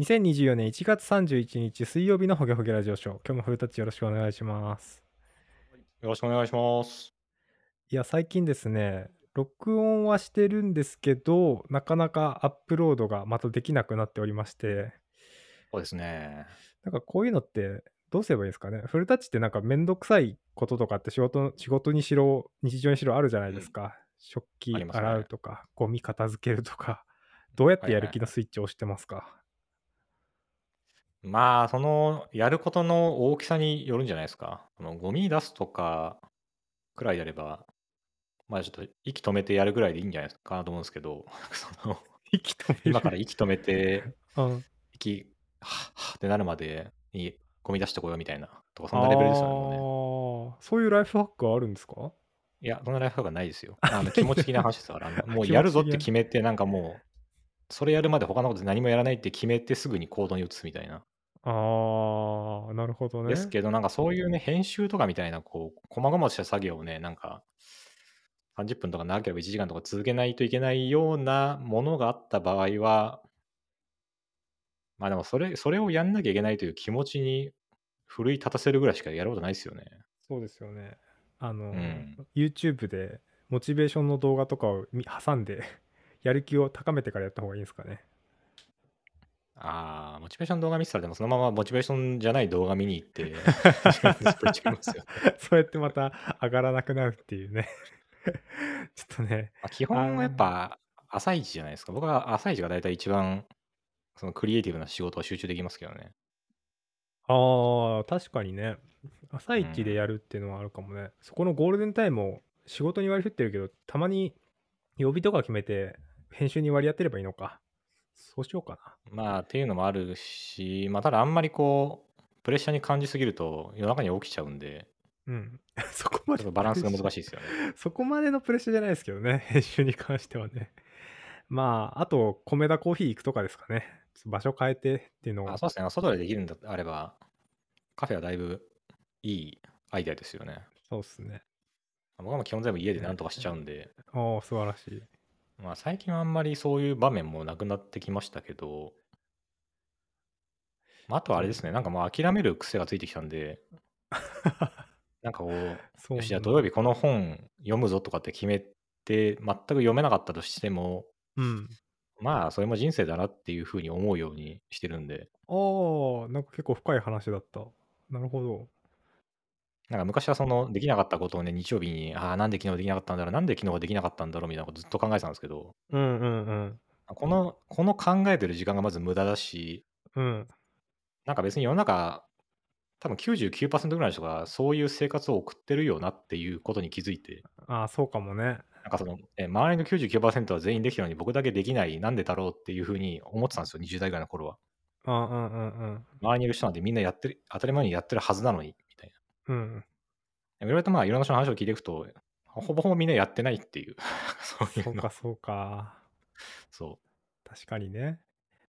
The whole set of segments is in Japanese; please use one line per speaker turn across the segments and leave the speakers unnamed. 2024年1月31日水曜日のホゲホゲラジオショー。今日もフルタッチよろしくお願いします。
よろしくお願いします。
いや、最近ですね、録音はしてるんですけど、なかなかアップロードがまたできなくなっておりまして、
そうですね。
なんかこういうのってどうすればいいですかねフルタッチってなんかめんどくさいこととかって仕事の仕事にしろ、日常にしろあるじゃないですか。食器
ありますね
洗うとか、ゴミ片付けるとか、どうやってやる気のスイッチを押してますか、
まあ、その、やることの大きさによるんじゃないですか。あのゴミ出すとかくらいやれば、まあちょっと息止めてやるぐらいでいいんじゃないかなと思うんですけど、 その
息止める
今から息止め て、
うん、
息、はっはっってなるまでにゴミ出してこようみたいな、とか、そんなレベルですよね。もうね
あーそういうライフハックはあるんですか
いや、そんなライフハックはないですよ。あ の気持ち的な話ですから、 あのもうやるぞって決めて、なんかもう、それやるまで他のこと何もやらないって決めて、すぐに行動に移すみたいな。
ああ、なるほどね。
ですけど、なんかそういうね、編集とかみたいな、こう、細々した作業をね、なんか、30分とか長ければ1時間とか続けないといけないようなものがあった場合は、まあでもそれ、それをやんなきゃいけないという気持ちに奮い立たせるぐらいしかやることないですよね。
そうですよね。あの、
ん
YouTube でモチベーションの動画とかを見挟んで、 やる気を高めてからやった方がいいんですかね。
ああ、モチベーション動画見てたら、でもそのままモチベーションじゃない動画見に行 って、ずっと行っちゃいますよ
そうやってまた上がらなくなるっていうね。 ちょっとね、
まあ基本はやっぱ朝一じゃないですか。僕は朝一が大体一番そのクリエイティブな仕事を集中できますけどね。
ああ、確かにね、朝一でやるっていうのはあるかもね。そこのゴールデンタイムを仕事に割り振ってるけど、たまに曜日とか決めて、編集に割り当てればいいのか。そうしようかな。
まあっていうのもあるし、まあただあんまりこう、プレッシャーに感じすぎると夜中に起きちゃうんで、
うん。 そこま
ち
で
ょっとバランスが難
い
しいですよね。
そこまでのプレッシャーじゃないですけどね、編集に関してはね。 まあ、あと、米田コーヒー行くとかですかね。ちょっと場所変えてっていうの
あ
が。
そうですね。外でできるんだあれば、カフェはだいぶいいアイデアですよね。
そうですね。
僕はもう基本全部家でなんとかしちゃうんで、
おお、素晴らしい。
まあ最近はあんまりそういう場面もなくなってきましたけど、まあ、あとはあれですね、なんかもう諦める癖がついてきたんで、 なんかこう、
そう
よし、じゃあ
なんだ
土曜日この本読むぞとかって決めて、全く読めなかったとしても、
うん。
まあ、それも人生だなっていうふうに思うようにしてるんで、
ああ、なんか結構深い話だった。なるほど。
なんか昔はその、できなかったことをね、日曜日に、ああ、なんで昨日できなかったんだろう、なんで昨日はできなかったんだろうみたいなことずっと考えてたんですけど、
うんうんうん。
この、この考えてる時間がまず無駄だし、
うん。
なんか別に世の中、多分99%ぐらいの人がそういう生活を送ってるよなっていうことに気づいて、
ああ、そうかもね。
なんかその、えー周りの99%は全員できたのに僕だけできない、なんでだろうっていうふうに思ってたんですよ、20代ぐらいの頃は。
うんうんうん
周りにいる人なんてみんなやってる、当たり前にやってるはずなのに、みたいな。
うん。う ん。
でもいろいろとまあ、いろんな人の話を聞いていくと、ほぼほぼみんなやってないっていう、 そうい
そうう
の。
かそうか。
そ
確かにね。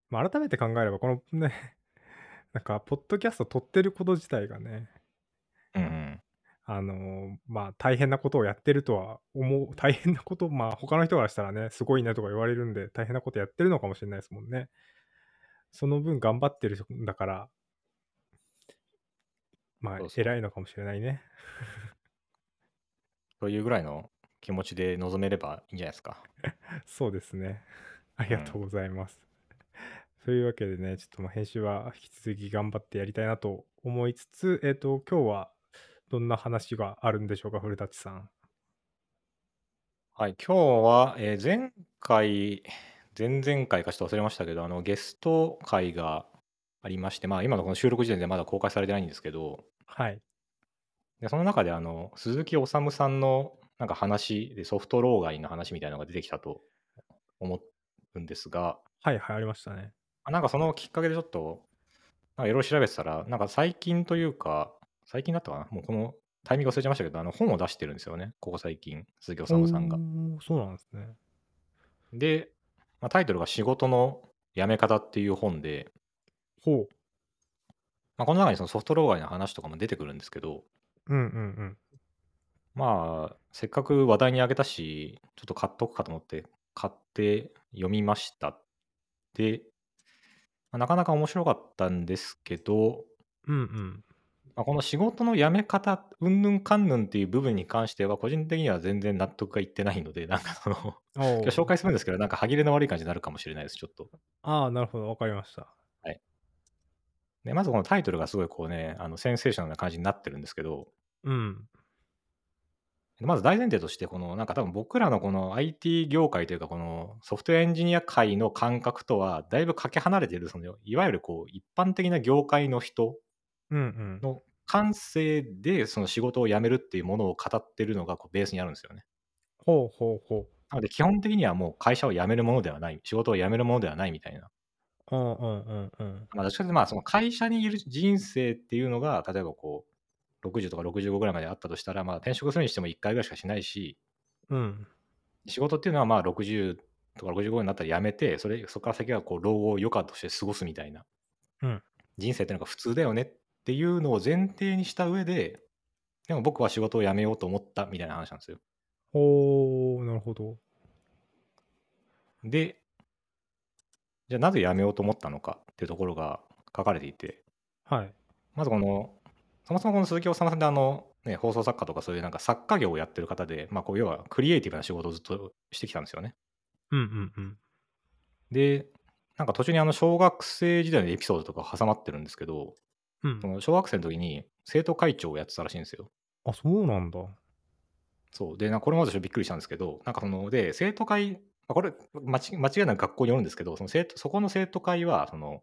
まあ、改めて考えれば、このね、 なんか、ポッドキャスト撮ってること自体がね、
う。うんうん。
あのーまあ大変なことをやってるとは思う 大変なことまあ他の人からしたらねすごいねとか言われるんで大変なことやってるのかもしれないですもんねその分頑張ってるんだからまあ
そうそう
偉いのかもしれないね
というぐらいの気持ちで臨めればいいんじゃないですか。
そうですねありがとうございます、 というわけでねちょっとまあ編集は引き続き頑張ってやりたいなと思いつつえっ、と今日はどんな話があるんでしょうか古舘さん
はい、今日は、えー前回、前々回かちょっと忘れましたけど、あのゲスト会がありまして、まあ、今のこの収録時点でまだ公開されてないんですけど、
はい
でその中であの鈴木おさむさんのなんか話で、ソフト老害の話みたいなのが出てきたと思うんですが、
はいはいありましたね
あなんかそのきっかけでちょっと、なんかいろいろ調べてたら、なんか最近というか、最近だったかな、もうこのタイミング忘れちゃいましたけど、あの本を出してるんですよね、ここ最近、鈴木おさむさんが
お。ーそうなんですね
で、まあ、タイトルが「仕事の辞め方」っていう本で、
ほ
まあ、この中にそのソフト老害の話とかも出てくるんですけど、
う。うんうん
まあ、せっかく話題にあげたし、ちょっと買っとくかと思って、買って読みました。で、まあなかなか面白かったんですけど、
うんうん。
まあ、この仕事の辞め方、うんぬんかんぬんっていう部分に関しては、個人的には全然納得がいってないので、なんかその、今
お
日紹介するんですけど、なんか歯切れの悪い感じになるかもしれないです、ちょっと。
ああ、なるほど、わかりました。
でまずこのタイトルがすごいこうね、あのセンセーショナルな感じになってるんですけど、
うん。
まず大前提として、このなんか多分僕らのこの IT 業界というか、このソフトウェアエンジニア界の感覚とは、だいぶかけ離れている、そのいわゆるこう一般的な業界の人
うんうん。
の感性で、その仕事を辞めるっていうものを語ってるのがこうベースにあるんですよね。
ほうほうほう。
なので、基本的にはもう会社を辞めるものではない、仕事を辞めるものではないみたいな。
うんうんうんうん。
まあ、どっちかというとまあ、その会社にいる人生っていうのが、例えばこう、60とか65ぐらいまであったとしたら、まあ、転職するにしても1回ぐらいしかしないし、
うん。
仕事っていうのはまあ60とか65になったら辞めてそれそこから先はこう老後を余暇として過ごすみたいな、
うん
人生っていうのが普通だよねっていうのを前提にした上ででも僕は仕事を辞めようと思ったみたいな話なんですよ
ほう、なるほど。
でじゃあなぜ辞めようと思ったのかっていうところが書かれていて
はい。
まずこのそもそもこの鈴木治さんってあの、ね、放送作家とかそういうなんか作家業をやってる方で、まあ、こう要はクリエイティブな仕事をずっとしてきたんですよね
うんうんうん。
で、なんか途中にあの小学生時代のエピソードとか挟まってるんですけど、
うん
そ、の小学生の時に生徒会長をやってたらしいんですよ。
あ、そうなんだ。
そう。で、なんかこれまでちょっとびっくりしたんですけど、なんかその、で、生徒会、まあこれ間違、間違いなく学校によるんですけど、その生徒そこの生徒会は、その、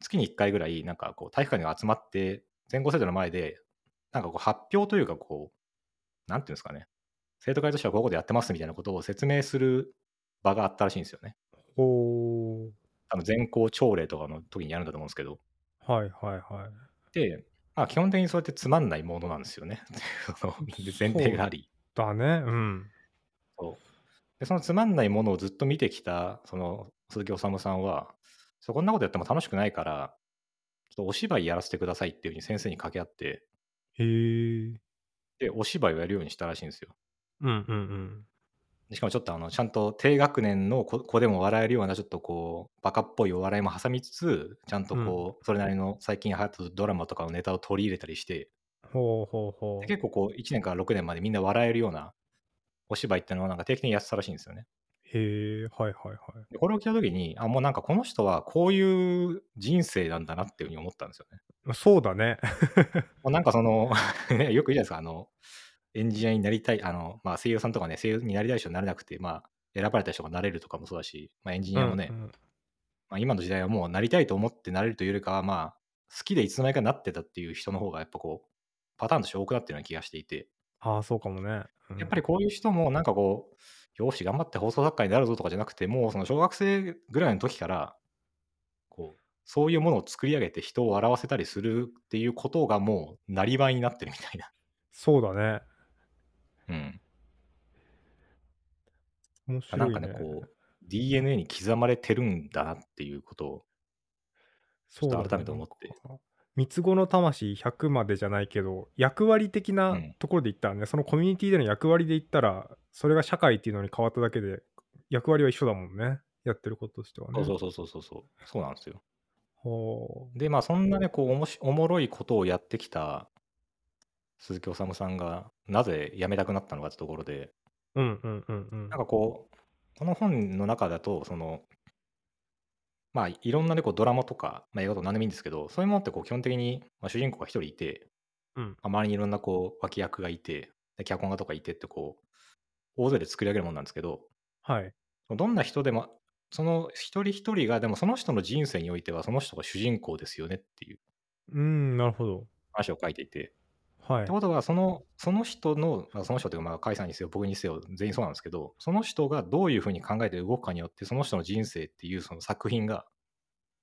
月に1回ぐらい、なんかこう、体育館に集まって、全校生徒の前で、なんかこう、発表というか、こう、なんていうんですかね、生徒会としてはこういうことやってますみたいなことを説明する場があったらしいんですよね。
ほう。
あの全校朝礼とかの時にやるんだと思うんですけど。
はいはいはい。
で、まあ、基本的にそうやってつまんないものなんですよね。 そので前提があり。
だね。うん。
で、そのつまんないものをずっと見てきた、その鈴木治さんは、そうこんなことやっても楽しくないから、ちょっとお芝居やらせてくださいっていうふうに先生に掛け合って、
へえ。
で、お芝居をやるようにしたらしいんですよ。
うんうんうん。
でしかもちょっとあの、ちゃんと低学年の子子でも笑えるような、ちょっとこう、バカっぽいお笑いも挟みつつ、ちゃんとこう、それなりの最近流行ったドラマとかのネタを取り入れたりして、
ほうほうほ
で
う。
結構こう1年から6年までみんな笑えるようなお芝居ってのはなんか定期的にやってたらしいんですよね。
へえ。はいはいはい。
でこれを聞いた時にあもうなんかこの人はこういう人生なんだなっていうふうに思ったんですよね。
まあそうだね。
もうなんかその ねよく言うじゃないですかあのエンジニアになりたいあの、まあ、声優さんとかね声優になりたい人になれなくて、まあ、選ばれた人がなれるとかもそうだし、まあ、エンジニアもね、
うんうん
まあ、今の時代はもうなりたいと思ってなれるというよりかはまあ好きでいつの間にかなってたっていう人の方がやっぱこうパターンとして多くなってるような気がしていて。
ああ、そうかもね。
やっぱりこういう人もなんかこう、よーし、頑張って放送作家になるぞとかじゃなくて、もうその小学生ぐらいの時から、こう、そういうものを作り上げて人を笑わせたりするっていうことがもう、なりわいになってるみたいな。
そうだね。
うん。
面
な
白い
ん
ね。
かね、こう、DNA に刻まれてるんだなっていうことを、ちょ
そ
っ
うだ
と
ね
改めて思って。
三つ子の魂100までじゃないけど役割的
う
なんところで言ったらね、そのコミュニティでの役割で言ったらそれが社会っていうのに変わっただけで役割は一緒だもんねやってることとしてはね
そうそうそうそうそうそう。そうなんですよ。
ほ
で、まあ、そんなね、こうおもし、おもろいことをやってきた鈴木治さんが、なぜ辞めたくなったのかってところで、
ううんうんうんうん
なんかこう、この本の中だと、その、まあ、いろんなね、こうドラマとか、まあ、映画とか何でもいいんですけど、そういうものってこう基本的に、まあ、主人公が一人いて、
うん
周りにいろんなこう脇役がいて、で脚本家とかいてって、こう、大勢で作り上げるものなんですけど、
はい
どんな人でも、その一人一人が、でもその人の人生においては、その人が主人公ですよねっていう
うんなるほど
話を書いていて、
は
っ
い
てことはその、その人の、まあその人というか、まあ、甲斐さんにせよ、僕にせよ、全員そうなんですけど、その人がどういうふうに考えて動くかによって、その人の人生っていうその作品が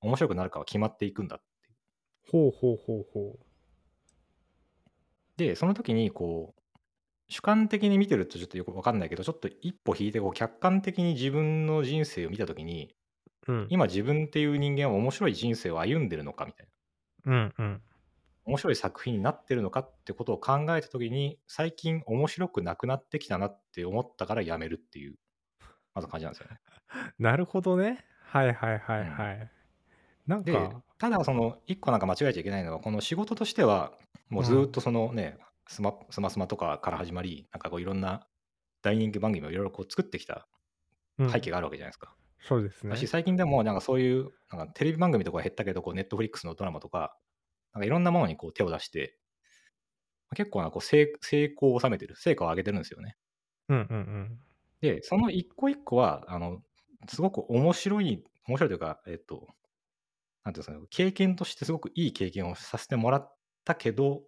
面白くなるかは決まっていくんだってい
ほうほうほうほ
う。で、その時に、こう、主観的に見てるとちょっとよくわかんないけど、ちょっと一歩引いて、こう、客観的に自分の人生を見た時に、
ううん
今自分っていう人間は面白い人生を歩んでるのかみたいな。
うんうん
面白い作品になってるのかってことを考えた時に最近面白くなくなってきたなって思ったからやめるっていうまず感じなんですよね。
なるほどねはいはいはいはい、なん
で
か、
ただその一個なんか間違えちゃいけないのはこの仕事としてはもうずーっとそのね、スマスマスマとかから始まりなんかこういろんな大人気番組をいろいろこう作ってきた
うん
背景があるわけじゃないですか。
そうですね
だ。し最近でもなんかそういうなんかテレビ番組とかは減ったけどこうネットフリックスのドラマとかなんかいろんなものにこう手を出して結構なこう成成功を収めてる成果を上げてるんですよね。
うんうんうん。
で、その一個一個は、あの、すごく面白い、面白いというか、えっと、なんていうんですかね、経験としてすごくいい経験をさせてもらったけど、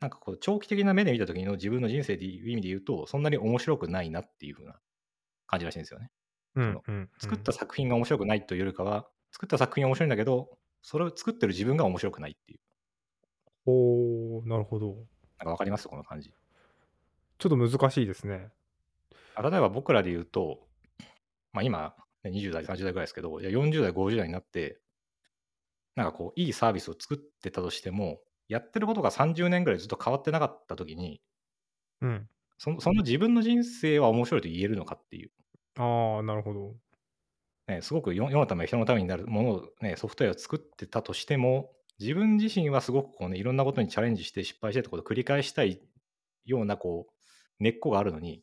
なんかこう、長期的な目で見た時の自分の人生でいう意味で言うと、そんなに面白くないなっていう風な感じらしいんですよね。
うんうんうん、
作った作品が面白くないというよりかは、作った作品は面白いんだけど、それを作ってる自分が面白くないっていう。
おーなるほど。
なんかわかりますこの感じ。
ちょっと難しいですね。
あ例えば僕らで言うと、まあ、今、ね20代、30代ぐらいですけど、いや40代、50代になって、なんかこう、いいサービスを作ってたとしても、やってることが30年ぐらいずっと変わってなかったときに
うん。
その、その自分の人生は面白いと言えるのかっていう、
ああ、なるほど。
ね、すごく世世のため、人のためになるものを、ね、ソフトウェアを作ってたとしても、自分自身はすごくこう、ね、いろんなことにチャレンジして失敗してってことを繰り返したいようなこう根っこがあるのに、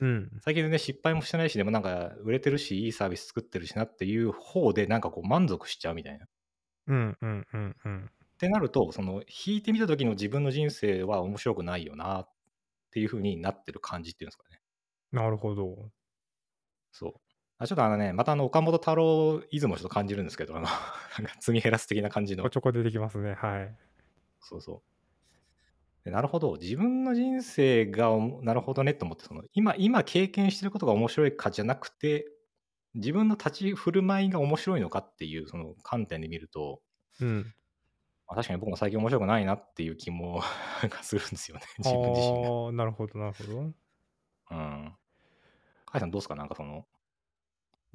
うん。
最近ね、失敗もしてないし、でもなんか、売れてるし、いいサービス作ってるしなっていう方で、なんかこう、満足しちゃうみたいな。っ
うんうんうんうん。
てなると、その、引いてみた時の自分の人生は面白くないよなっていう風になってる感じっていうんですかね。
なるほど。
そう。あちょっとあのね、またあの、岡本太郎イズムをちょっと感じるんですけど、あの、なんか積み減らす的な感じ
ちょ
の
こ。ちょこ出てきますね。はい。
そうそう。でなるほど。自分の人生がおも、なるほどねと思って、その、今、今経験してることが面白いかじゃなくて、自分の立ち振る舞いが面白いのかっていう、その観点で見ると、
うん。
まあ確かに僕も最近面白くないなっていう気もがするんですよね。
ああ
自分自身
ーなるほど、なるほど。
が。うん。カイさんどうですかなんかその、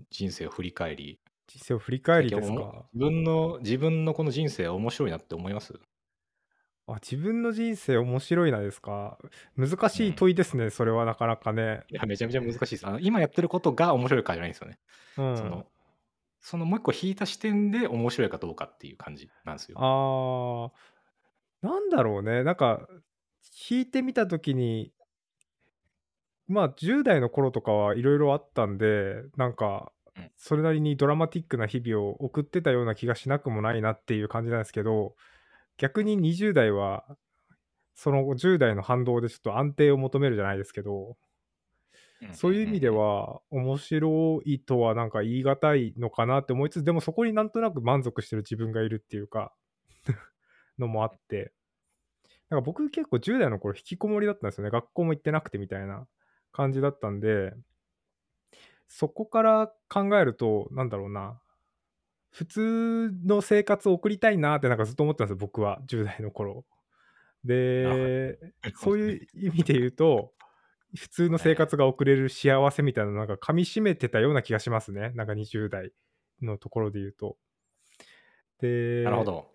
人生を振り返り。
人生を振り返りで
最
す
近お
か
も。自分の、自分のこの人生は面白いなって思います
あ、自分の人生面白いなですか。難しい問いですね、それはなかなかね。
いや、めちゃめちゃ難しいです。あの今やってることが面白いかじゃないんですよね。
うん。
その、そのもう一個引いた視点で面白いかどうかっていう感じなんですよ。
あーなんだろうねなんか弾いてみた時にまあ10代の頃とかはいろいろあったんでなんか
うん
それなりにドラマティックな日々を送ってたような気がしなくもないなっていう感じなんですけど逆に20代はその10代の反動でちょっと安定を求めるじゃないですけどそういう意味では面白いとはなんか言い難いのかなって思いつつでもそこになんとなく満足してる自分がいるっていうか のもあってなんか僕結構10代の頃引きこもりだったんですよね学校も行ってなくてみたいな感じだったんでそこから考えるとなんだろうな普通の生活を送りたいなってなんかずっと思ってたんですよ僕は10代の頃でそう
うん。
いう意味で言うと、普通の生活が送れる幸せみたいなのなんか噛み締めてたような気がしますね。なんか20代のところで言うと。で、
なるほど。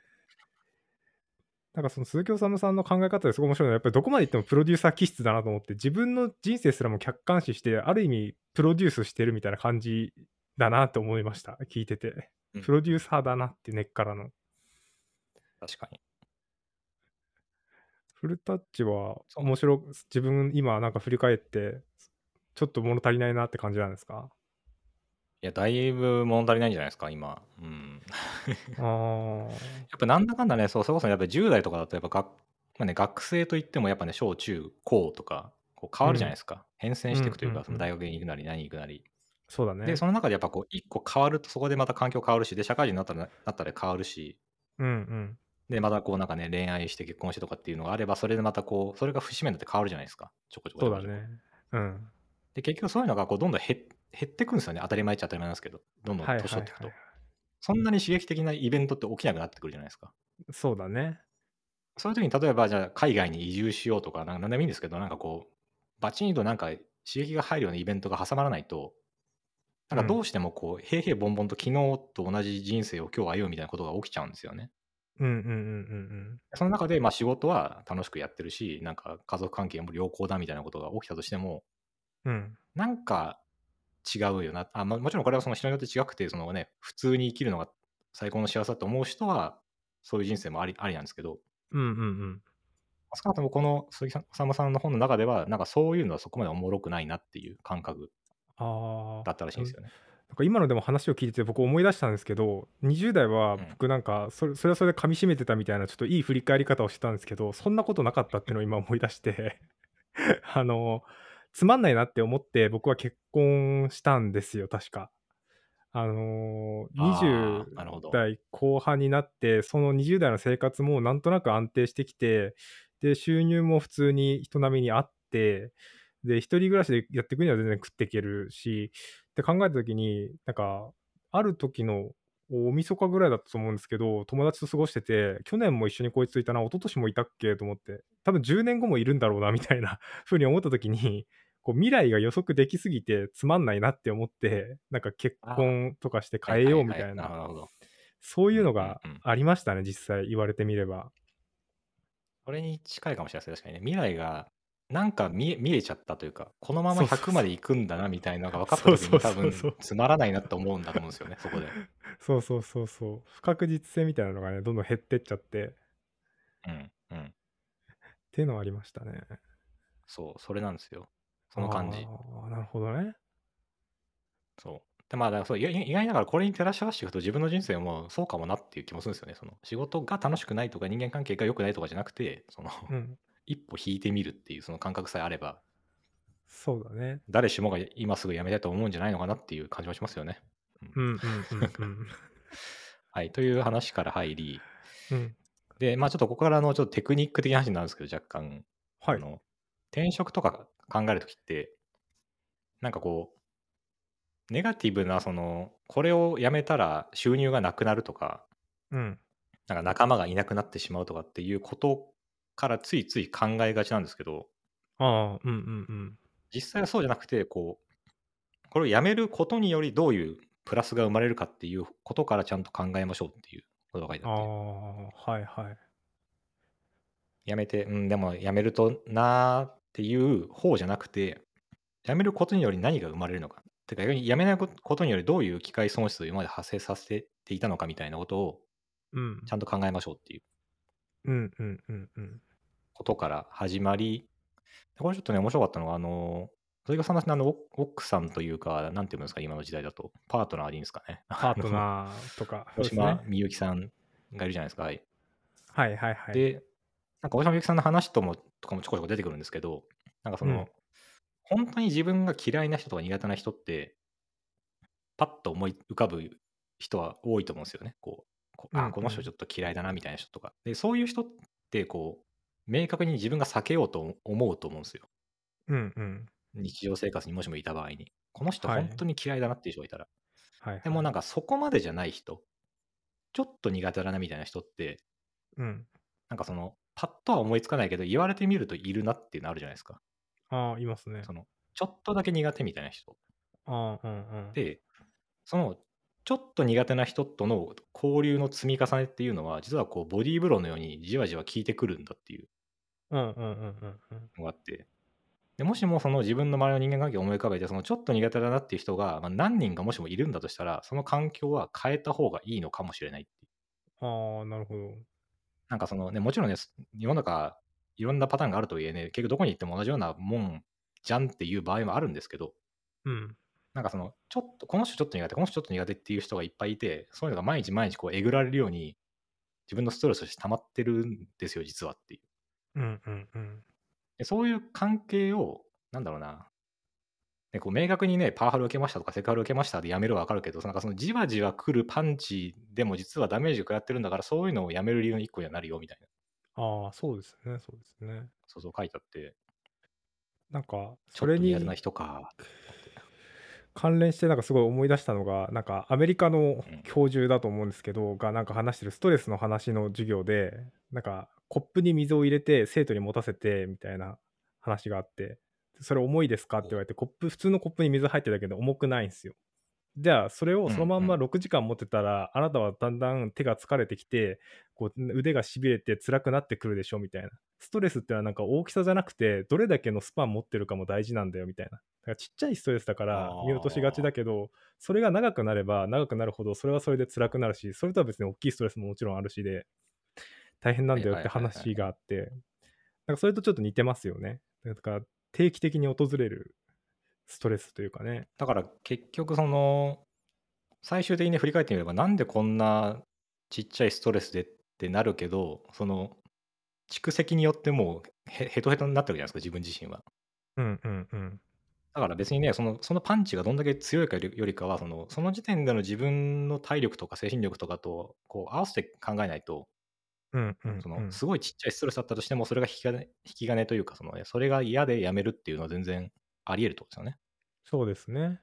なんかその鈴木治さんの考え方ですごい面白いのは、やっぱりどこまで行ってもプロデューサー気質だなと思って、自分の人生すらも客観視して、ある意味プロデュースしてるみたいな感じだなと思いました。聞いてて
うん。
プロデューサーだなって根っからの。
確かに。
フルタッチは
そう
面白く、自分今なんか振り返って、ちょっと物足りないなって感じなんですか
いや、だいぶ物足りないんじゃないですか、今。うん。
あー
やっぱなんだかんだね、そう、それこそやっぱり10代とかだと、やっぱ学,、まあね、学生といっても、やっぱね、小中高とか、こう変わるじゃないですか。変遷していくという
うんうんうん
か、その大学に行くなり、何に行くなり。
そうだね。
で、その中でやっぱこう、一個変わると、そこでまた環境変わるし、で、社会人になったら、なったら変わるし、
うんうん。
で、またこう、なんかね、恋愛して結婚してとかっていうのがあれば、それでまたこう、それが節目になって変わるじゃないですか。ちょこちょこち
そ
ょ
うだ
こちょこ
ね。うん。
で、結局そういうのがこう、どんどん減っ減ってくんですよね。当たり前っちゃ当たり前なんですけど、どんどん
はいはい
年
は
取
い
っていくと。そんなに刺激的なイベントって起きなくなってくるじゃないですか。
そうだね。
そういう時に例えばじゃあ海外に移住しようとかなんか何でもいいんですけどなんかこうバチンとなんか刺激が入るようなイベントが挟まらないとなんかどうしてもこう平々凡々と昨日と同じ人生を今日歩むみたいなことが起きちゃうんですよね。
うんうんうんうん
その中でまあ仕事は楽しくやってるしなんか家族関係も良好だみたいなことが起きたとしても
うん。うん。
なんか違うよなあ、まあもちろんこれはその人によって違くてそのね普通に生きるのが最高の幸せだと思う人は、そういう人生もありありなんですけど、
うんうんうん。
少なくともこの鈴木さんさんまさんの本の中では、なんかそういうのはそこまでおもろくないなっていう感覚
ああ
だ。ったらしいんですよね。
なんか今のでも話を聞いてて僕思い出したんですけど20代は僕なんかそれそれはそれで噛みしめてたみたいなちょっといい振り返り方をしてたんですけどそんなことなかったっていうのを今思い出して あのつまんないなって思って僕は結婚したんですよ確か。あの
あ
20
ーなるほど
代後半になってその20代の生活もなんとなく安定してきてで収入も普通に人並みにあってで一人暮らしでやっていくには全然食っていけるしって考えた時になんかある時の大晦日ぐらいだったと思うんですけど友達と過ごしてて去年も一緒にこいついたな一昨年もいたっけと思って多分10年後もいるんだろうなみたいなふうに思った時にこう未来が予測できすぎてつまんないなって思ってなんか結婚とかして変えようみた
はいはは
な
なるほど。
そういうのが
うんうんうん
ありましたね実際言われてみれば
それに近いかもしれないです。確かにね。未来が、なんか見え見えちゃったというか、このまま
そうそうそう
100まで行くんだなみたいなのが分かった時
そうそう
に多
そう
分
そう
つまらないなと思うんだと思うんですよね、そこで。
そうそうそうそう不確実性みたいなのがねどんどん減ってっちゃってっ
うん。うん。
ていうのはありましたね
そう、それなんですよ。その感じ。
あーなるほどね
そう。でまあ、だからそういや意外ながらこれに照らし合わせていくと自分の人生もそうかもなっていう気もするんですよね。その仕事が楽しくないとか人間関係が良くないとかじゃなくて、その、
うん
一歩引いてみるっていうその感覚さえあれば、
そうだね
誰しもが今すぐ辞めたいと思うんじゃないのかなっていう感じもしますよね。
うんうんうんうん
はい、という話から入り、
う ん
で、まあちょっとここからあのちょっとテクニック的な話になるんですけど、若干、
は
あ
い
の転職とか考えるときって、なんかこう、ネガティブな、その、これをやめたら収入がなくなるとか、
うん
なんか仲間がいなくなってしまうとかっていうことからついつい考えがちなんですけど、
ああうんうんうん
実際はそうじゃなくて、こう、これをやめることによりどういうプラスが生まれるかっていうことからちゃんと考えましょうっていうことが書いて
あ
あって。
あはいはい
やめて、うん、でもやめるとなーっていう方じゃなくて、やめることにより何が生まれるのか、てか逆にやめないことによりどういう機会損失を今まで発生させていたのかみたいなことを
うん
ちゃんと考えましょうっていう
うんうんうんうん
ことから始まり、これちょっとね、面白かったのが、あの、鈴木さんのあのお奥さんというか、なんていうんですか、今の時代だと、パートナーでいいんですかね。
パート ナーとか
大島
ね
みゆきさんがいるじゃないですか。はい、
はいはいはい
で、なんか大島みゆきさんの話ともとかもちょこちょこ出てくるんですけど、なんかその、
うん
本当に自分が嫌いな人とか苦手な人って、パッと思い浮かぶ人は多いと思うんですよね。こう、こ
うんう
あ、
ん
この人ちょっと嫌いだなみたいな人とか。で、そういう人って、こう、明確に自分が避けようと思うと思うんですよ。
うんうん
日常生活にもしもいた場合に。この人
はい
本当に嫌いだなっていう人がいたら。
はいはい
でもなんかそこまでじゃない人、ちょっと苦手だなみたいな人って、
うん
なんかその、パッとは思いつかないけど、言われてみるといるなっていうのあるじゃないですか。
ああいますね
その、ちょっとだけ苦手みたいな人。
ああうんうん
で、その、ちょっと苦手な人との交流の積み重ねっていうのは、実はこう、ボディーブローのようにじわじわ効いてくるんだっていう
うんうんうんうんうん
のがあって、でもしもその自分の周りの人間関係を思い浮かべて、そのちょっと苦手だなっていう人が、まあ、何人かもしもいるんだとしたら、その環境は変えた方がいいのかもしれないっていう。
ああなるほど
なんかそのね、もちろんね、す世の中、いろんなパターンがあるとはいえね、結局どこに行っても同じようなもんじゃんっていう場合もあるんですけど、
うん
なんかその、ちょっと、この人ちょっと苦手、この人ちょっと苦手っていう人がいっぱいいて、そういうのが毎日毎日こうえぐられるように、自分のストレスとして溜まってるんですよ、実はってい
う
う。
んうんうん
でそういう関係を、なんだろうな、ね、こう明確にね、パワハル受けましたとか、セクハル受けましたでやめるはわかるけど、なんかそのじわじわ来るパンチでも実はダメージ食らってるんだから、そういうのをやめる理由の一個にはなるよみたいな、
ああそうですねそうですね
そうそう書いてあって、
なんか
ちょ
そ
っと
れに
苦手な人か。
関連してなんかすごい思い出したのがなんかアメリカの
うん
教授だと思うんですけどがなんか話してるストレスの話の授業でなんかコップに水を入れて生徒に持たせてみたいな話があってそれ重いですかって言われてコップ普通のコップに水入ってるだけで重くないんですよじゃあそれをそのまんま
うん
6時間持ってたら、あなたはだんだん手が疲れてきてこう腕がしびれて辛くなってくるでしょみたいなストレスってのはなんか大きさじゃなくてどれだけのスパン持ってるかも大事なんだよみたいなだからちっちゃいストレスだから
あー
見落としがちだけどそれが長くなれば長くなるほどそれはそれで辛くなるしそれとは別に大きいストレスももちろんあるしで大変なんだよって
はいはいはいはい
話があってなんかそれとちょっと似てますよねだから定期的に訪れるストレスというかね
だから結局その最終的に振り返ってみればなんでこんなちっちゃいストレスでってなるけどその蓄積によってもうへヘトヘトになってるじゃないですか自分自身は
うんうんうん
だから別にねそのそのパンチがどんだけ強いかよりよりかはそのその時点での自分の体力とか精神力とかとこう合わせて考えないと
うんうんうん
そのすごいちっちゃいストレスだったとしてもそれが引き金引き金というかその、ね、それが嫌でやめるっていうのは全然あり得るってことですよね。
そうですね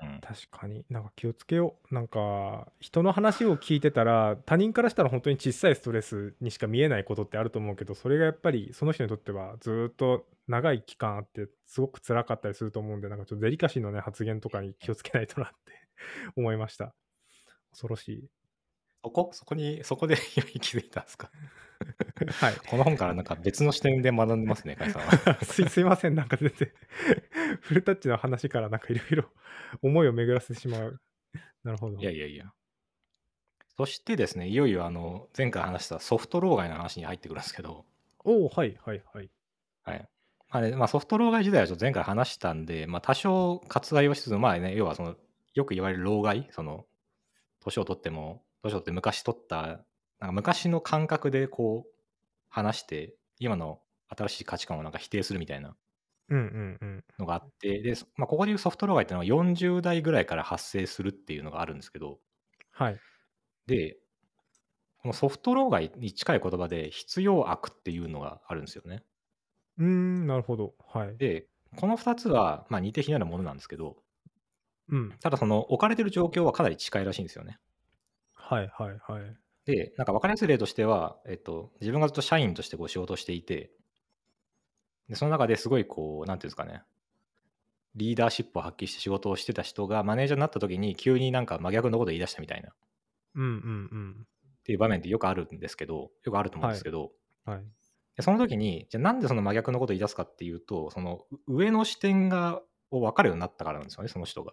うん
確かになんか気をつけようなんか人の話を聞いてたら他人からしたら本当に小さいストレスにしか見えないことってあると思うけどそれがやっぱりその人にとってはずーっと長い期間あってすごく辛かったりすると思うんでなんかちょっとデリカシーのね発言とかに気をつけないとなって 思いました恐ろしい
そこそこにそこで 気づいたんですか
はい
この本からなんか別の視点で学んでますね、カイさんは。
すすいませんなんか全然 フルタッチの話からなんかいろいろ思いを巡らせてしまうなるほど
いやいやいや。そしてですね、いよいよあの前回話したソフト老害の話に入ってくるんですけど、
おおはいはいはい
はいまあねまあ、ソフト老害自体はちょっと前回話したんで、まあ、多少割愛をしつつ、まあね、要はそのよく言われる老害、その年を取っても、年を取って昔取った、なんか昔の感覚でこう話して、今の新しい価値観をなんか否定するみたいな
うんうんうん
のがあって、でそまあ、ここでいうソフト老害っていうのは40代ぐらいから発生するっていうのがあるんですけど、
はい
で、このソフト老害に近い言葉で、必要悪っていうのがあるんですよね。
うーん、なるほど。はい。
で、この2つは、まあ、似て非なるものなんですけど、
うん。
ただその置かれてる状況はかなり近いらしいんですよね。
はいはいはい。
で、なんか分かりやすい例としては、えっと、自分がずっと社員としてこう仕事をしていて、でその中ですごいこう、なんていうんですかね、リーダーシップを発揮して仕事をしてた人がマネージャーになった時に急になんか真逆のことを言い出したみたいなっ
うんうん
ていう場面ってよくあるんですけど、よくあると思うんですけど、
うん。はい。
でその時に、じゃあなんでその真逆のことを言い出すかっていうと、その上の視点がを分かるようになったからなんですよね、その人が。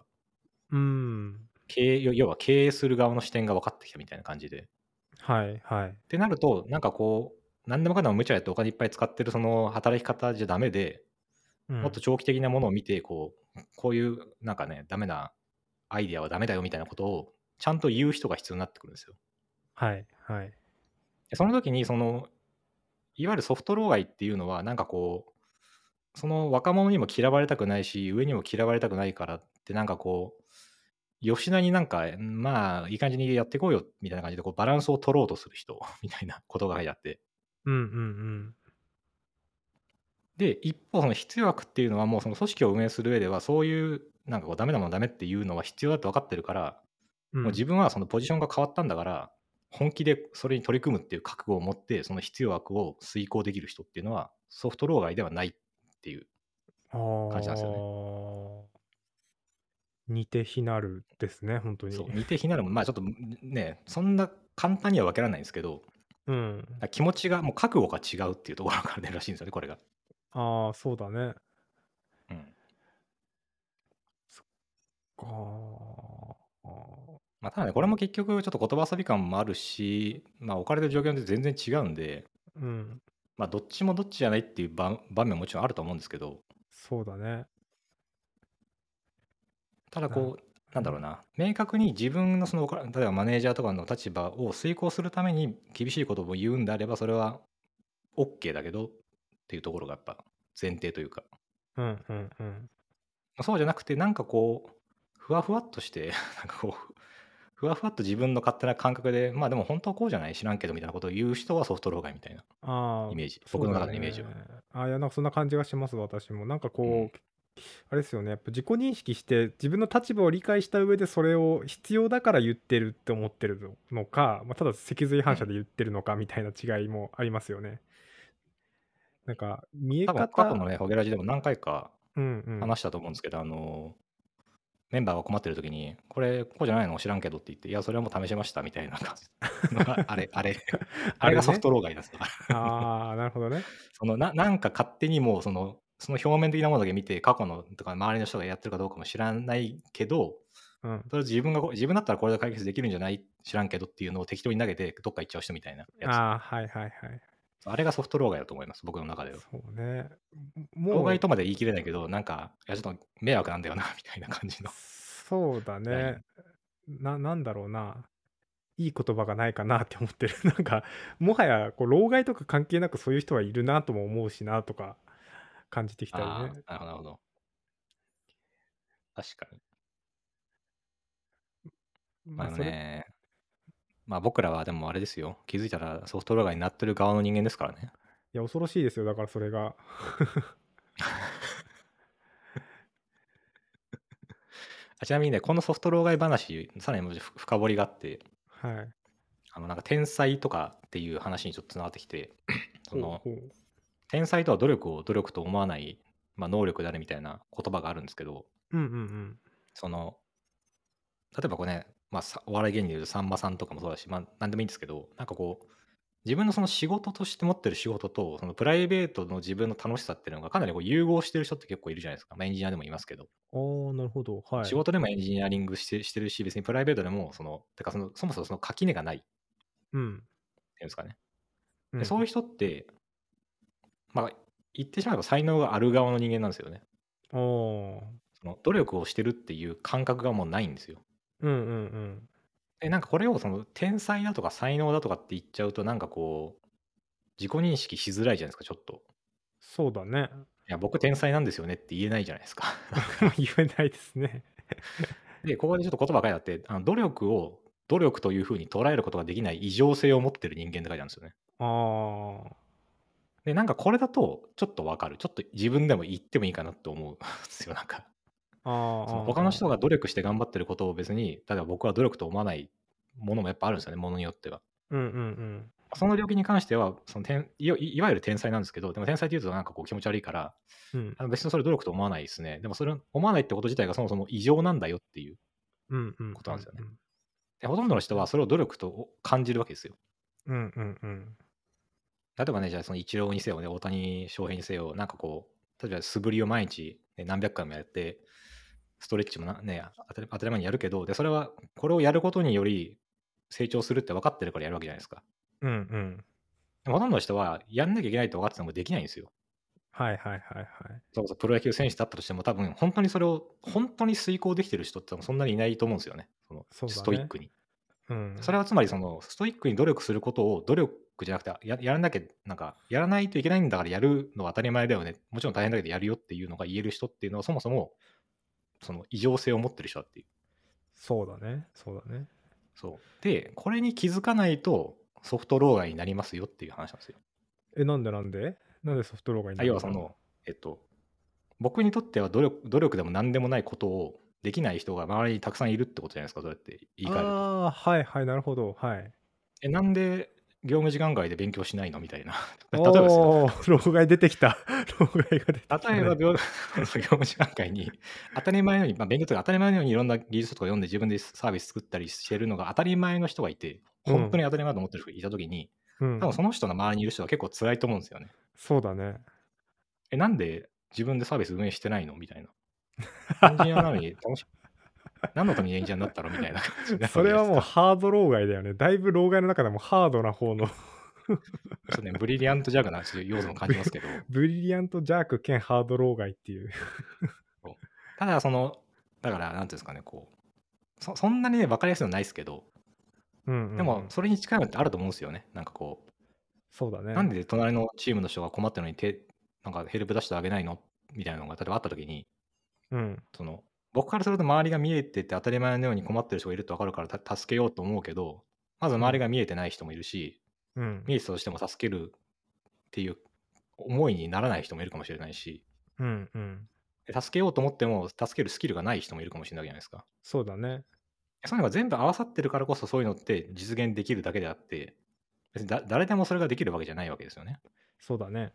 うーん。
経営要は経営する側の視点が分かってきたみたいな感じで。
はいはい。
ってなると、なんかこう、何でもかんでも無茶やってお金いっぱい使ってるその働き方じゃダメで、
うん
もっと長期的なものを見て、こう、こういうなんかね、ダメなアイデアはダメだよみたいなことを、ちゃんと言う人が必要になってくるんですよ。
はいはい。
でその時に、その、いわゆるソフト老害っていうのは、なんかこう、その若者にも嫌われたくないし、上にも嫌われたくないからって、なんかこう、吉田になんか、まあ、いい感じにやっていこうよみたいな感じで、こう、バランスを取ろうとする人 みたいなことが書いてあって、
うんうん
で一方その必要悪っていうのはもうその組織を運営する上ではそういうなんかこうダメなものダメっていうのは必要だと分かってるから、
うん。
もう自分はそのポジションが変わったんだから本気でそれに取り組むっていう覚悟を持ってその必要悪を遂行できる人っていうのはソフト老害ではないっていう
分
感じなんですよ
よね。似て非なるですね、本当に。
そう似て非なるもまあちょっとねそんな簡単には分からないんですけど
うん。
気持ちがもう覚悟が違うっていうところから出るらしいんですよねこれが。
ああ、そうだね。
うん
ああ。
まあ、ただねこれも結局ちょっと言葉遊び感もあるし、まあ、置かれてる状況で全然違うんで、
うん。
まあ、どっちもどっちじゃないっていう場場面ももちろんあると思うんですけど、
そうだね。
ただこう、なんだろうな、明確に自分のその、例えばマネージャーとかの立場を遂行するために厳しいことを言うんであれば、それは OK だけどっていうところがやっぱ前提というか、ま
うんうんうん。
あそうじゃなくて、なんかこう、ふわふわっとして、 なんかこう、ふわふわっと自分の勝手な感覚で、まあでも本当はこうじゃない知らんけどみたいなことを言う人はソフト老害みたいな
ああ
イ、メージ、
そう
僕の
だ
中のイメージは。
ねあいやなんかそんな感じがします私もなんかこう、
うん
あれですよねやっぱ自己認識して自分の立場を理解した上でそれを必要だから言ってるって思ってるのか、まあ、ただ脊髄反射で言ってるのかみたいな違いもありますよね。なんか見え
多分
方
過去のね、ホゲラジでも何回か
うんうん、
話したと思うんですけど、あのメンバーが困ってる時に、これ、こうじゃないの知らんけどって言って、いや、それはもう試しましたみたいな感 じのがあれ、あれ、あれがソフト老害ですから。
ああ、なるほどね。
そのななんか勝手にもうその、その表面的なものだけ見て、過去のとか周りの人がやってるかどうかも知らないけど、
うん。
とりあえず自分がこう自分だったらこれで解決できるんじゃない知らんけどっていうのを適当に投げてどっか行っちゃう人み たいなやつ。あ
ああ、はいはいはい。
れがソフト老害だと思います、僕の中では。
そうね。
老
も
害とまで言い切れないけど、なんか、いや、ちょっと迷惑なんだよな、みたいな感じの。
そうだね。な、なんだろうな。いい言葉がないかなって思ってる。 なんか、もはや、こう、老害とか関係なくそういう人はいるなとも思うしなとか感じてきた
ああ
よ
ー
ね。、
なるほどなるほど。確かに。
ま
まあ
あ、
の
それ、
ね、まあ僕らはでもあれですよ、気づいたらソフト老害になってる側の人間ですからね。
いや、恐ろしいですよ。だからそれが。
あちなみにね、このソフト老害話、さらにもうふ深掘りがあって、
はい。
あのなんか天才とかっていう話にちょっとつながって きて、その
ほうほう
天才とは努力を努力と思わない、まあ、能力であるみたいな言葉があるんですけど、
うんうんうん。
その例えばこれね、まあ、さお笑い芸人でいうとさんまさんとかもそうだし、まあ、何でもいいんですけど、なんかこう、自分のその仕事として持ってる仕事と、そのプライベートの自分の楽しさっていうのがかなりこう融合してる人って結構いるじゃないですか。まあ、エンジニアでもいますけど。
ああ、なるほど。はい。
仕事でもエンジニアリングしてしてるし、別にプライベートでもその、てかそのそもそもその垣根がないってい
うん。
うんですかね。
う
で
ん
そういう人って、まあ、言ってしまえば才能がある側の人間なんですよね。
あー
その努力をしてるっていう感覚がもうないんですよ。
うんうんうん。
でなんかこれをその天才だとか才能だとかって言っちゃうとなんかこう自己認識しづらいじゃないですかちょっと。
そうだね。
いや僕天才なんですよねって言えないじゃないですか。
言えないですね。
でここでちょっと言葉が書いてあってあの努力を努力というふうに捉えることができない異常性を持ってる人間って書いてあるんですよね。
ああ。
でなんかこれだとちょっとわかるちょっと自分でも言ってもいいかなと思うんですよなんか。
ああ。
その他の人が努力して頑張ってることを別に例えば僕は努力と思わないものもやっぱあるんですよねものによっては。
うんうんうん。
その領域に関してはその天いわいいわゆる天才なんですけど、でも天才っていうとなんかこう気持ち悪いから、
うん
あの別にそれ努力と思わないですね。でもそれ思わないってこと自体がそもそも異常なんだよっていう。
うんうん。
ことなんですよね。でほとんどの人はそれを努力と感じるわけですよ。
うんうんうん。
例えばね、じゃあそのイチローにせよね、大谷翔平にせよ、なんかこう、例えば素振りを毎日、ね、何百回もやって、ストレッチもな、ね、当たり当たり前にやるけど、で、それはこれをやることにより成長するって分かってるからやるわけじゃないですか。
うんうん。
でもほとんどの人はやんなきゃいけないって分かっててもできないんですよ。
はいはいはいはい。
それこそプロ野球選手だったとしても、多分本当にそれを本当に遂行できてる人ってそんなにいないと思うんですよね、その
そうだね
ストイックに。
うん。
それはつまりその、ストイックに努力することを努力じゃなくてや、やらなきゃ、なんか、やらないといけないんだからやるのは当たり前だよね、もちろん大変だけどやるよっていうのが言える人っていうのは、そもそもその異常性を持ってる人だっていう。
そうだね。そうだね。
そうで、これに気づかないと、ソフト老害になりますよっていう話なんですよ。
え、なんでなんでなんでソフトローガにな
あ
る
要はその、えっと、僕にとっては努力努力でも何でもないことをできない人が周りにたくさんいるってことじゃないですか、そうやって言い換えると
ああ、はいはい、なるほど。はい。
え、なんで業務時間外で勉強しないのみたいな。例えばですよ。
おおー、老害出てきた。 老害が出てきた、
例えば、病 業務時間外に当たり前のように、まあ、勉強とか当たり前のようにいろんな技術とか読んで自分でサービス作ったりしてるのが当たり前の人がいて、
うん
本当に当たり前だと思ってる人がいたときに、
うん
多分その人の周りにいる人は結構辛いと思うんですよね。
そうだね。
え、なんで自分でサービス運営してないの みたいな。エンジニアなのに楽し何のためにエンジニアになったのみたいな感じになるわけじゃないですか
それはもうハード老害だよね。だいぶ老害の中でもハードな方の
ちょっとね、ブリリアントジャグなちょっと要素も感じます けど、
ブリリアントジャーク兼ハード老害っていう。
ただその、だから、なんていうんですかね、こう、そそんなにね、分かりやすいのないですけど、
うん、うん。
でも、それに近いのってあると思うんですよね。なんかこ
そうだ
う、
ね。
なんで隣のチームの人が困ってるのに手、なんかヘルプ出してあげないのみたいなのが、例えばあったときに、
うん。
その、僕からすると周りが見えてて当たり前のように困ってる人がいると分かるからた助けようと思うけど、まず周りが見えてない人もいるし、
うん。
見えてたとしても助けるっていう思いにならない人もいるかもしれないし、
うん。うん。
で助けようと思っても助けるスキルがない人もいるかもしれないじゃないですか。
そうだね。
そういうのが全部合わさってるからこそそういうのって実現できるだけであって、別にだ誰でもそれができるわけじゃないわけですよね。
そうだね。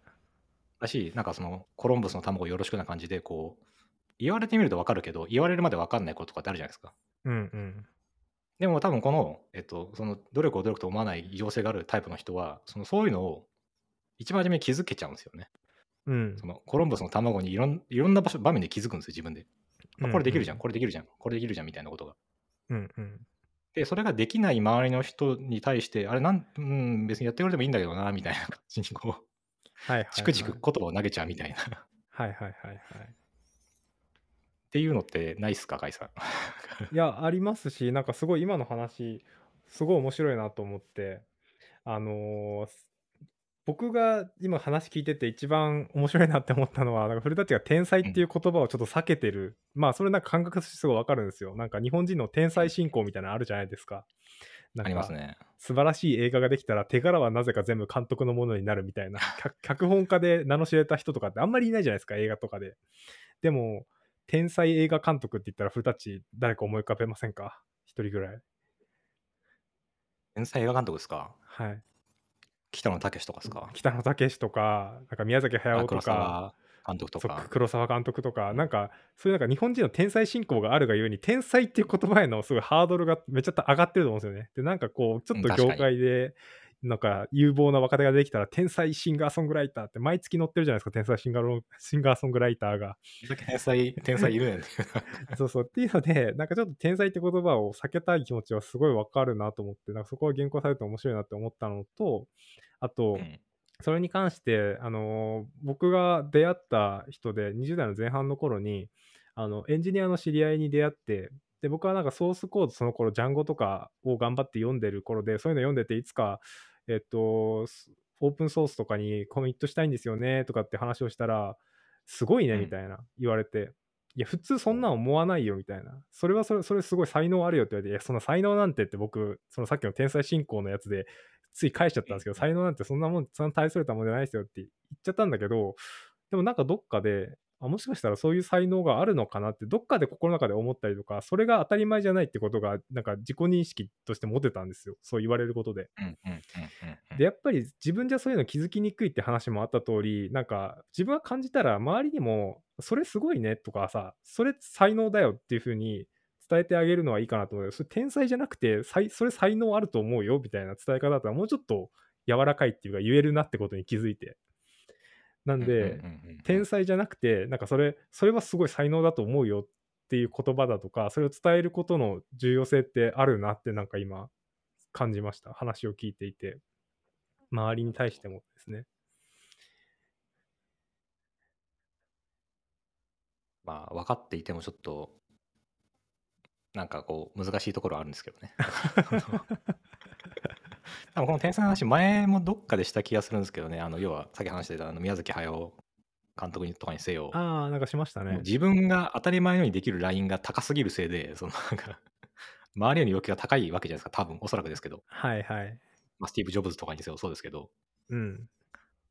だし、なんかそのコロンブスの卵よろしくな感じで、こう、言われてみると分かるけど、言われるまで分かんないこととかってあるじゃないですか。
うんうん。
でも多分この、えっと、その努力を努力と思わない異常性があるタイプの人は、そのそういうのを一番初めに気づけちゃうんですよね。
うん
そ。のコロンブスの卵にいろんいろんな場所、場面で気づくんですよ、自分で。あこれできるじゃん、これできるじゃん、これできるじゃんみたいなことが。
うんうん。
で、それができない周りの人に対して、あれなん、うん、別にやってくれてもいいんだけどな、みたいな感じにこう、
はいはいはい。
チクチク言葉を投げちゃうみたいな。っ
はいはいはいはい。
ていうのってないっすか、甲斐さん。
いや、ありますし、 なんかすごい今の話、すごい面白いなと思って、あのーす僕が今話聞いてて一番面白いなって思ったのは、なんか古舘が天才っていう言葉をちょっと避けてる。まあ、それなんか感覚としてすごいわかるんですよ。なんか日本人の天才信仰みたいなのあるじゃないですか。なん
あります
か
ね。
素晴らしい映画ができたら手柄はなぜか全部監督のものになるみたいな脚脚本家で名の知れた人とかってあんまりいないじゃないですか映画とかででも天才映画監督って言ったら古舘誰か思い浮かべませんか一人ぐらい
天才映画監督ですか
はい
北野武とかですか
北野武とかなんか宮崎
あ
駿と
黒
か
沢監督と
そう
か。
黒沢監督とかなんかそういうなんか日本人の天才信仰があるがゆえに天才っていう言葉へのすごいハードルがめちゃ上がってると思うんですよねでなんかこうちょっと
うん
業
確か
界でなんか有望な若手ができたら天才シンガーソングライターって毎月載ってるじゃないですか天才シンガーロンシンガーソングライター が
天才、天才いるねんっていう。
そうそうっていうのでなんかちょっと天才って言葉を避けたい気持ちはすごいわかるなと思ってなんかそこは原稿されて面白いなって思ったのとあと、
うん
それに関して、あのー僕が出会った人で20代の前半の頃にあのエンジニアの知り合いに出会ってで僕はなんかソースコードその頃ジャンゴとかを頑張って読んでる頃でそういうの読んでていつかえっとスオープンソースとかにコミットしたいんですよねとかって話をしたらすごいね
うん
みたいな言われて、いや普通そんなん思わないよみたいなそれはそれそれすごい才能あるよって言われていやそんな才能なんてって僕そのさっきの天才信仰のやつでつい返しちゃったんですけど、
うん
才能なんてそんなもん、そんな大それたもんじゃないですよって言っちゃったんだけど、でもなんかどっかで、あもしかしたらそういう才能があるのかなって、どっかで心の中で思ったりとか、それが当たり前じゃないってことが、なんか自己認識として持てたんですよ。そう言われることで。
うんうんうんうん
でやっぱり自分じゃそういうの気づきにくいって話もあった通りなんか自分が感じたら周りにも「それすごいね」とかさ「それ才能だよ」っていう風に伝えてあげるのはいいかなと思うよそれ天才じゃなくてさいそれ才能あると思うよみたいな伝え方だったらもうちょっと柔らかいっていうか言えるなってことに気づいてなんで、
うんうんうんうん
天才じゃなくてなんかそれそれはすごい才能だと思うよっていう言葉だとかそれを伝えることの重要性ってあるなってなんか今感じました話を聞いていて周りに対してもですね
まあ、分かっていてもちょっと、なんかこう、難しいところはあるんですけ どね。多分この天才の話、前もどっかでした気がするんですけどね、あの要はさっき話してたあの宮崎駿監督とかにせよ、
ああなんかしました
もう
ね
自分が当たり前のようにできるラインが高すぎるせいで、そのなんか、周りより要求が高いわけじゃないですか、多分おそらくですけど、
はいはい
まあ、スティーブ・ジョブズとかにせよそうですけど、
うん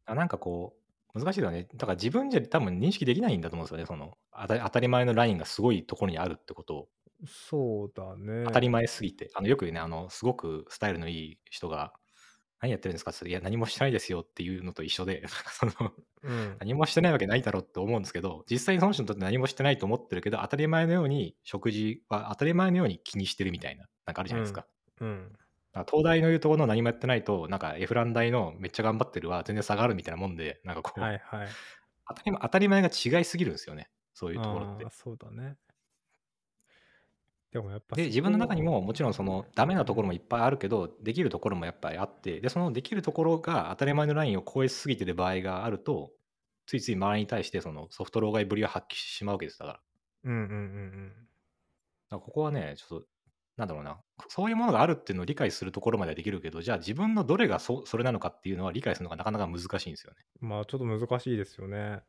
あなんかこう、難しいだね。だから自分じゃ多分認識できないんだと思うんですよね。その当た当たり前のラインがすごいところにあるってことを。
そうだね
当たり前すぎて、あのよくね、あのすごくスタイルのいい人が、何やってるんですかって言ったらいや、何もしてないですよっていうのと一緒で、その
うん
何もしてないわけないだろうって思うんですけど、実際その人にとって何もしてないと思ってるけど、当たり前のように食事は当たり前のように気にしてるみたいな、なんかあるじゃないですか。
うん
だから東大の言うところの何もやってないと、なんかエフラン大のめっちゃ頑張ってるは全然差があるみたいなもんで、なんかこう、
はいはい
当たり前当たり前が違いすぎるんですよね、そういうところって
あー。そうだねでもやっぱ
で
そこ
自分の中にももちろんそのダメなところもいっぱいあるけどできるところもやっぱりあってでそのできるところが当たり前のラインを超えすぎてる場合があるとついつい周りに対してそのソフト老害ぶりを発揮してしまうわけですだからだか
うんうんうん
らここはねちょっとなんだろうなそういうものがあるっていうのを理解するところまではできるけどじゃあ自分のどれがそそれなのかっていうのは理解するのがなかなか難しいんですよね。
まあちょっと難しいですよね。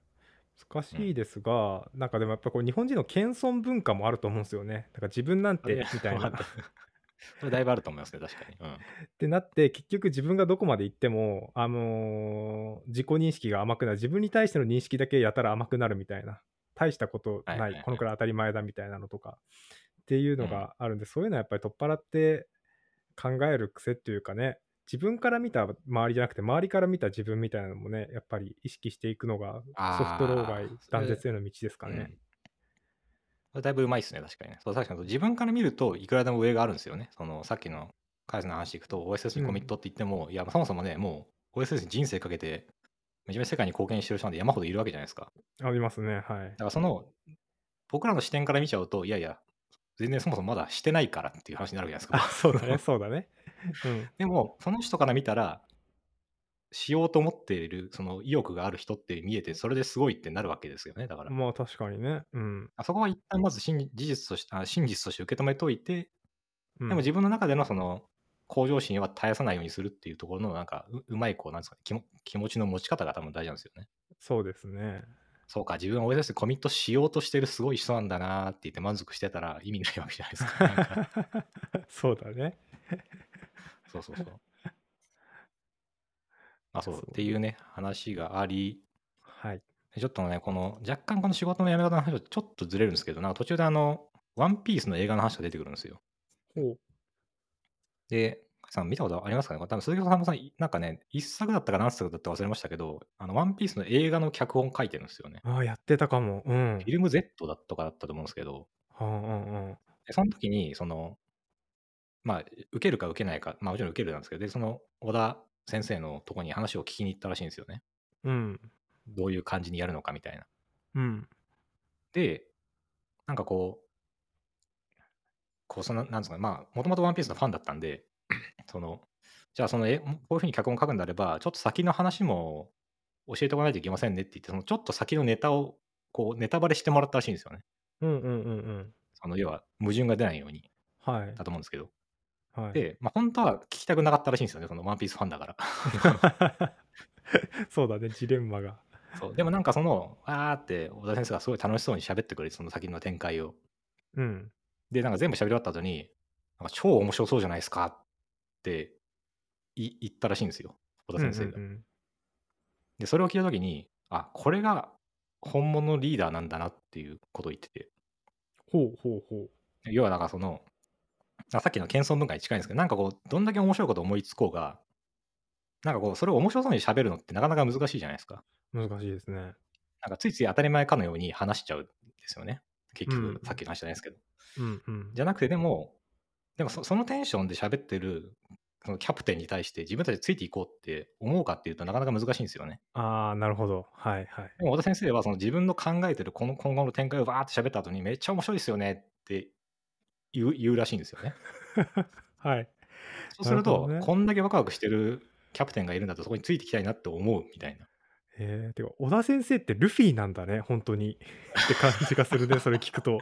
難しいですが、なんかでもやっぱこう日本人の謙遜文化もあると思うんですよね。だから自分なん
あれ
てみたいな。
わ
っ
かったそれだいぶあると思いますね確かに。うん
てなって結局自分がどこまで行っても、あのー自己認識が甘くなる自分に対しての認識だけやたら甘くなるみたいな大したことない,、
はいはいはい
このくらい当たり前だみたいなのとかっていうのがあるんで、そういうのはやっぱり取っ払って考える癖っていうかね自分から見た周りじゃなくて周りから見た自分みたいなのもねやっぱり意識していくのがソフト老
あ
害
ーそれ
断絶への道ですかね。
うんそれだいぶうまいっすね、確かにね。そう確かに自分から見るといくらでも上があるんですよね。そのさっきのカイズの話でいくと、OSS にコミットって言っても、いや、そもそもね、もう OSS に人生かけて、めちゃめちゃ世界に貢献してる人なんて山ほどいるわけじゃないですか。
ありますね。はい
だ。からその、僕らの視点から見ちゃうと、いやいや、全然そもそもまだしてないからっていう話になるじゃないです
あ
か。、
そうだね。そうだね。うん。
でも、その人から見たら、しようと思っている、その意欲がある人って見えて、それですごいってなるわけですよね、だ から。
まあ確かにね。うん。
あそこは一旦まず真事実としてあ真実として受け止めといて、
うん
でも自分の中でのその向上心は絶やさないようにするっていうところのなんかううまいこうなんですかね気も気持ちの持ち方が多分大事なんですよね。
そ
そう
うですね。
か自分を OSS でコミットしようとしてるすごい人なんだなーって言って満足してたら意味ないわけじゃないです か。なんか
そうだね。
そうそうそう。あそう
そう
っていうね話があり
はい。
でちょっとねこの若干この仕事の辞め方の話とちょっとずれるんですけどなんか途中であの「ワンピースの映画の話が出てくるんですよ。
お
で、加地さん見たことありますかね多分鈴木さんもさん、なんかね、一作だったか何作だったか忘れましたけど、あの、ワンピースの映画の脚本書いてるんですよね。
ああ、やってたかも。うん
フ。ィルム Z だったかだったと思うんですけど、
うんうんうん。
でその時に、その、まあ、受けるか受けないか、まあ、もちろん受けるなんですけど、で、その、小田先生のとこに話を聞きに行ったらしいんですよね。
うん。
どういう感じにやるのかみたいな。
うん。
で、なんかこう、こうそのなんですかね、まあ、もともとワンピースのファンだったんで、 その、じゃあ、その、え、こういうふうに脚本書くんであれば、ちょっと先の話も教えておかないといけませんねって言って、そのちょっと先のネタを、こう、ネタバレしてもらったらしいんですよね。
うんうんうんうん。
その、要は、矛盾が出ないように、
はい。
だと思うんですけど。
はい、
で、まあ、本当は聞きたくなかったらしいんですよね、そのワンピースファンだから。
そうだね、ジレンマが。
そうでもなんかその、わーって、小田先生がすごい楽しそうに喋ってくれて、その先の展開を。
うん。
で、なんか全部喋り終わった後に、なんか超面白そうじゃないですかってい言ったらしいんですよ、小田先生が。
うんうん
で、それを聞いたときに、あ、これが本物のリーダーなんだなっていうことを言ってて、
うんほうほうほう。
要はなんかその、あさっきの謙遜文化に近いんですけど、なんかこう、どんだけ面白いこと思いつこうが、なんかこう、それを面白そうに喋るのってなかなか難しいじゃないですか。
難しいですね。
なんかついつい当たり前かのように話しちゃうんですよね。結
うん
局、さっきの話じゃないですけど。
うんうん。
じゃなくて、でも、でもそそのテンションで喋ってるそのキャプテンに対して自分たちでついていこうって思うかっていうとなかなか難しいんですよね。
ああ、なるほど。はいはい。
でも、小田先生はその自分の考えてるこの今後の展開をバーって喋った後にめっちゃ面白いですよねって言う言うらしいんですよね。
はい。
そうする
なる
と
ほどね
こんだけワクワクしてるキャプテンがいるんだとそこについていきたいなって思うみたいな。
えー、てか、小田先生ってルフィなんだね、本当に。 って感じがするね、それ聞く と。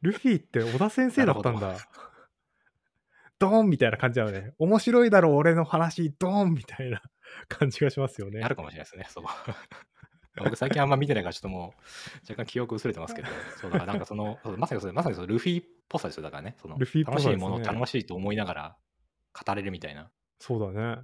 ルフィって小田先生だったん
な
だ。 ドーンみたいな感じだよね。面白いだろ、俺の話、ドーンみたいな 感じがしますよね
あ。るかもしれないですね。 そう僕最近あんま見てないからちょっともう若干記憶薄れてますけど、そうだからなんかその、そうまさにそれ、まさにそのルフィっぽさですよ、だからね。その
ルフィっぽさです
楽し
ね
いものを楽しいと思いながら語れるみたいな。
そうだね。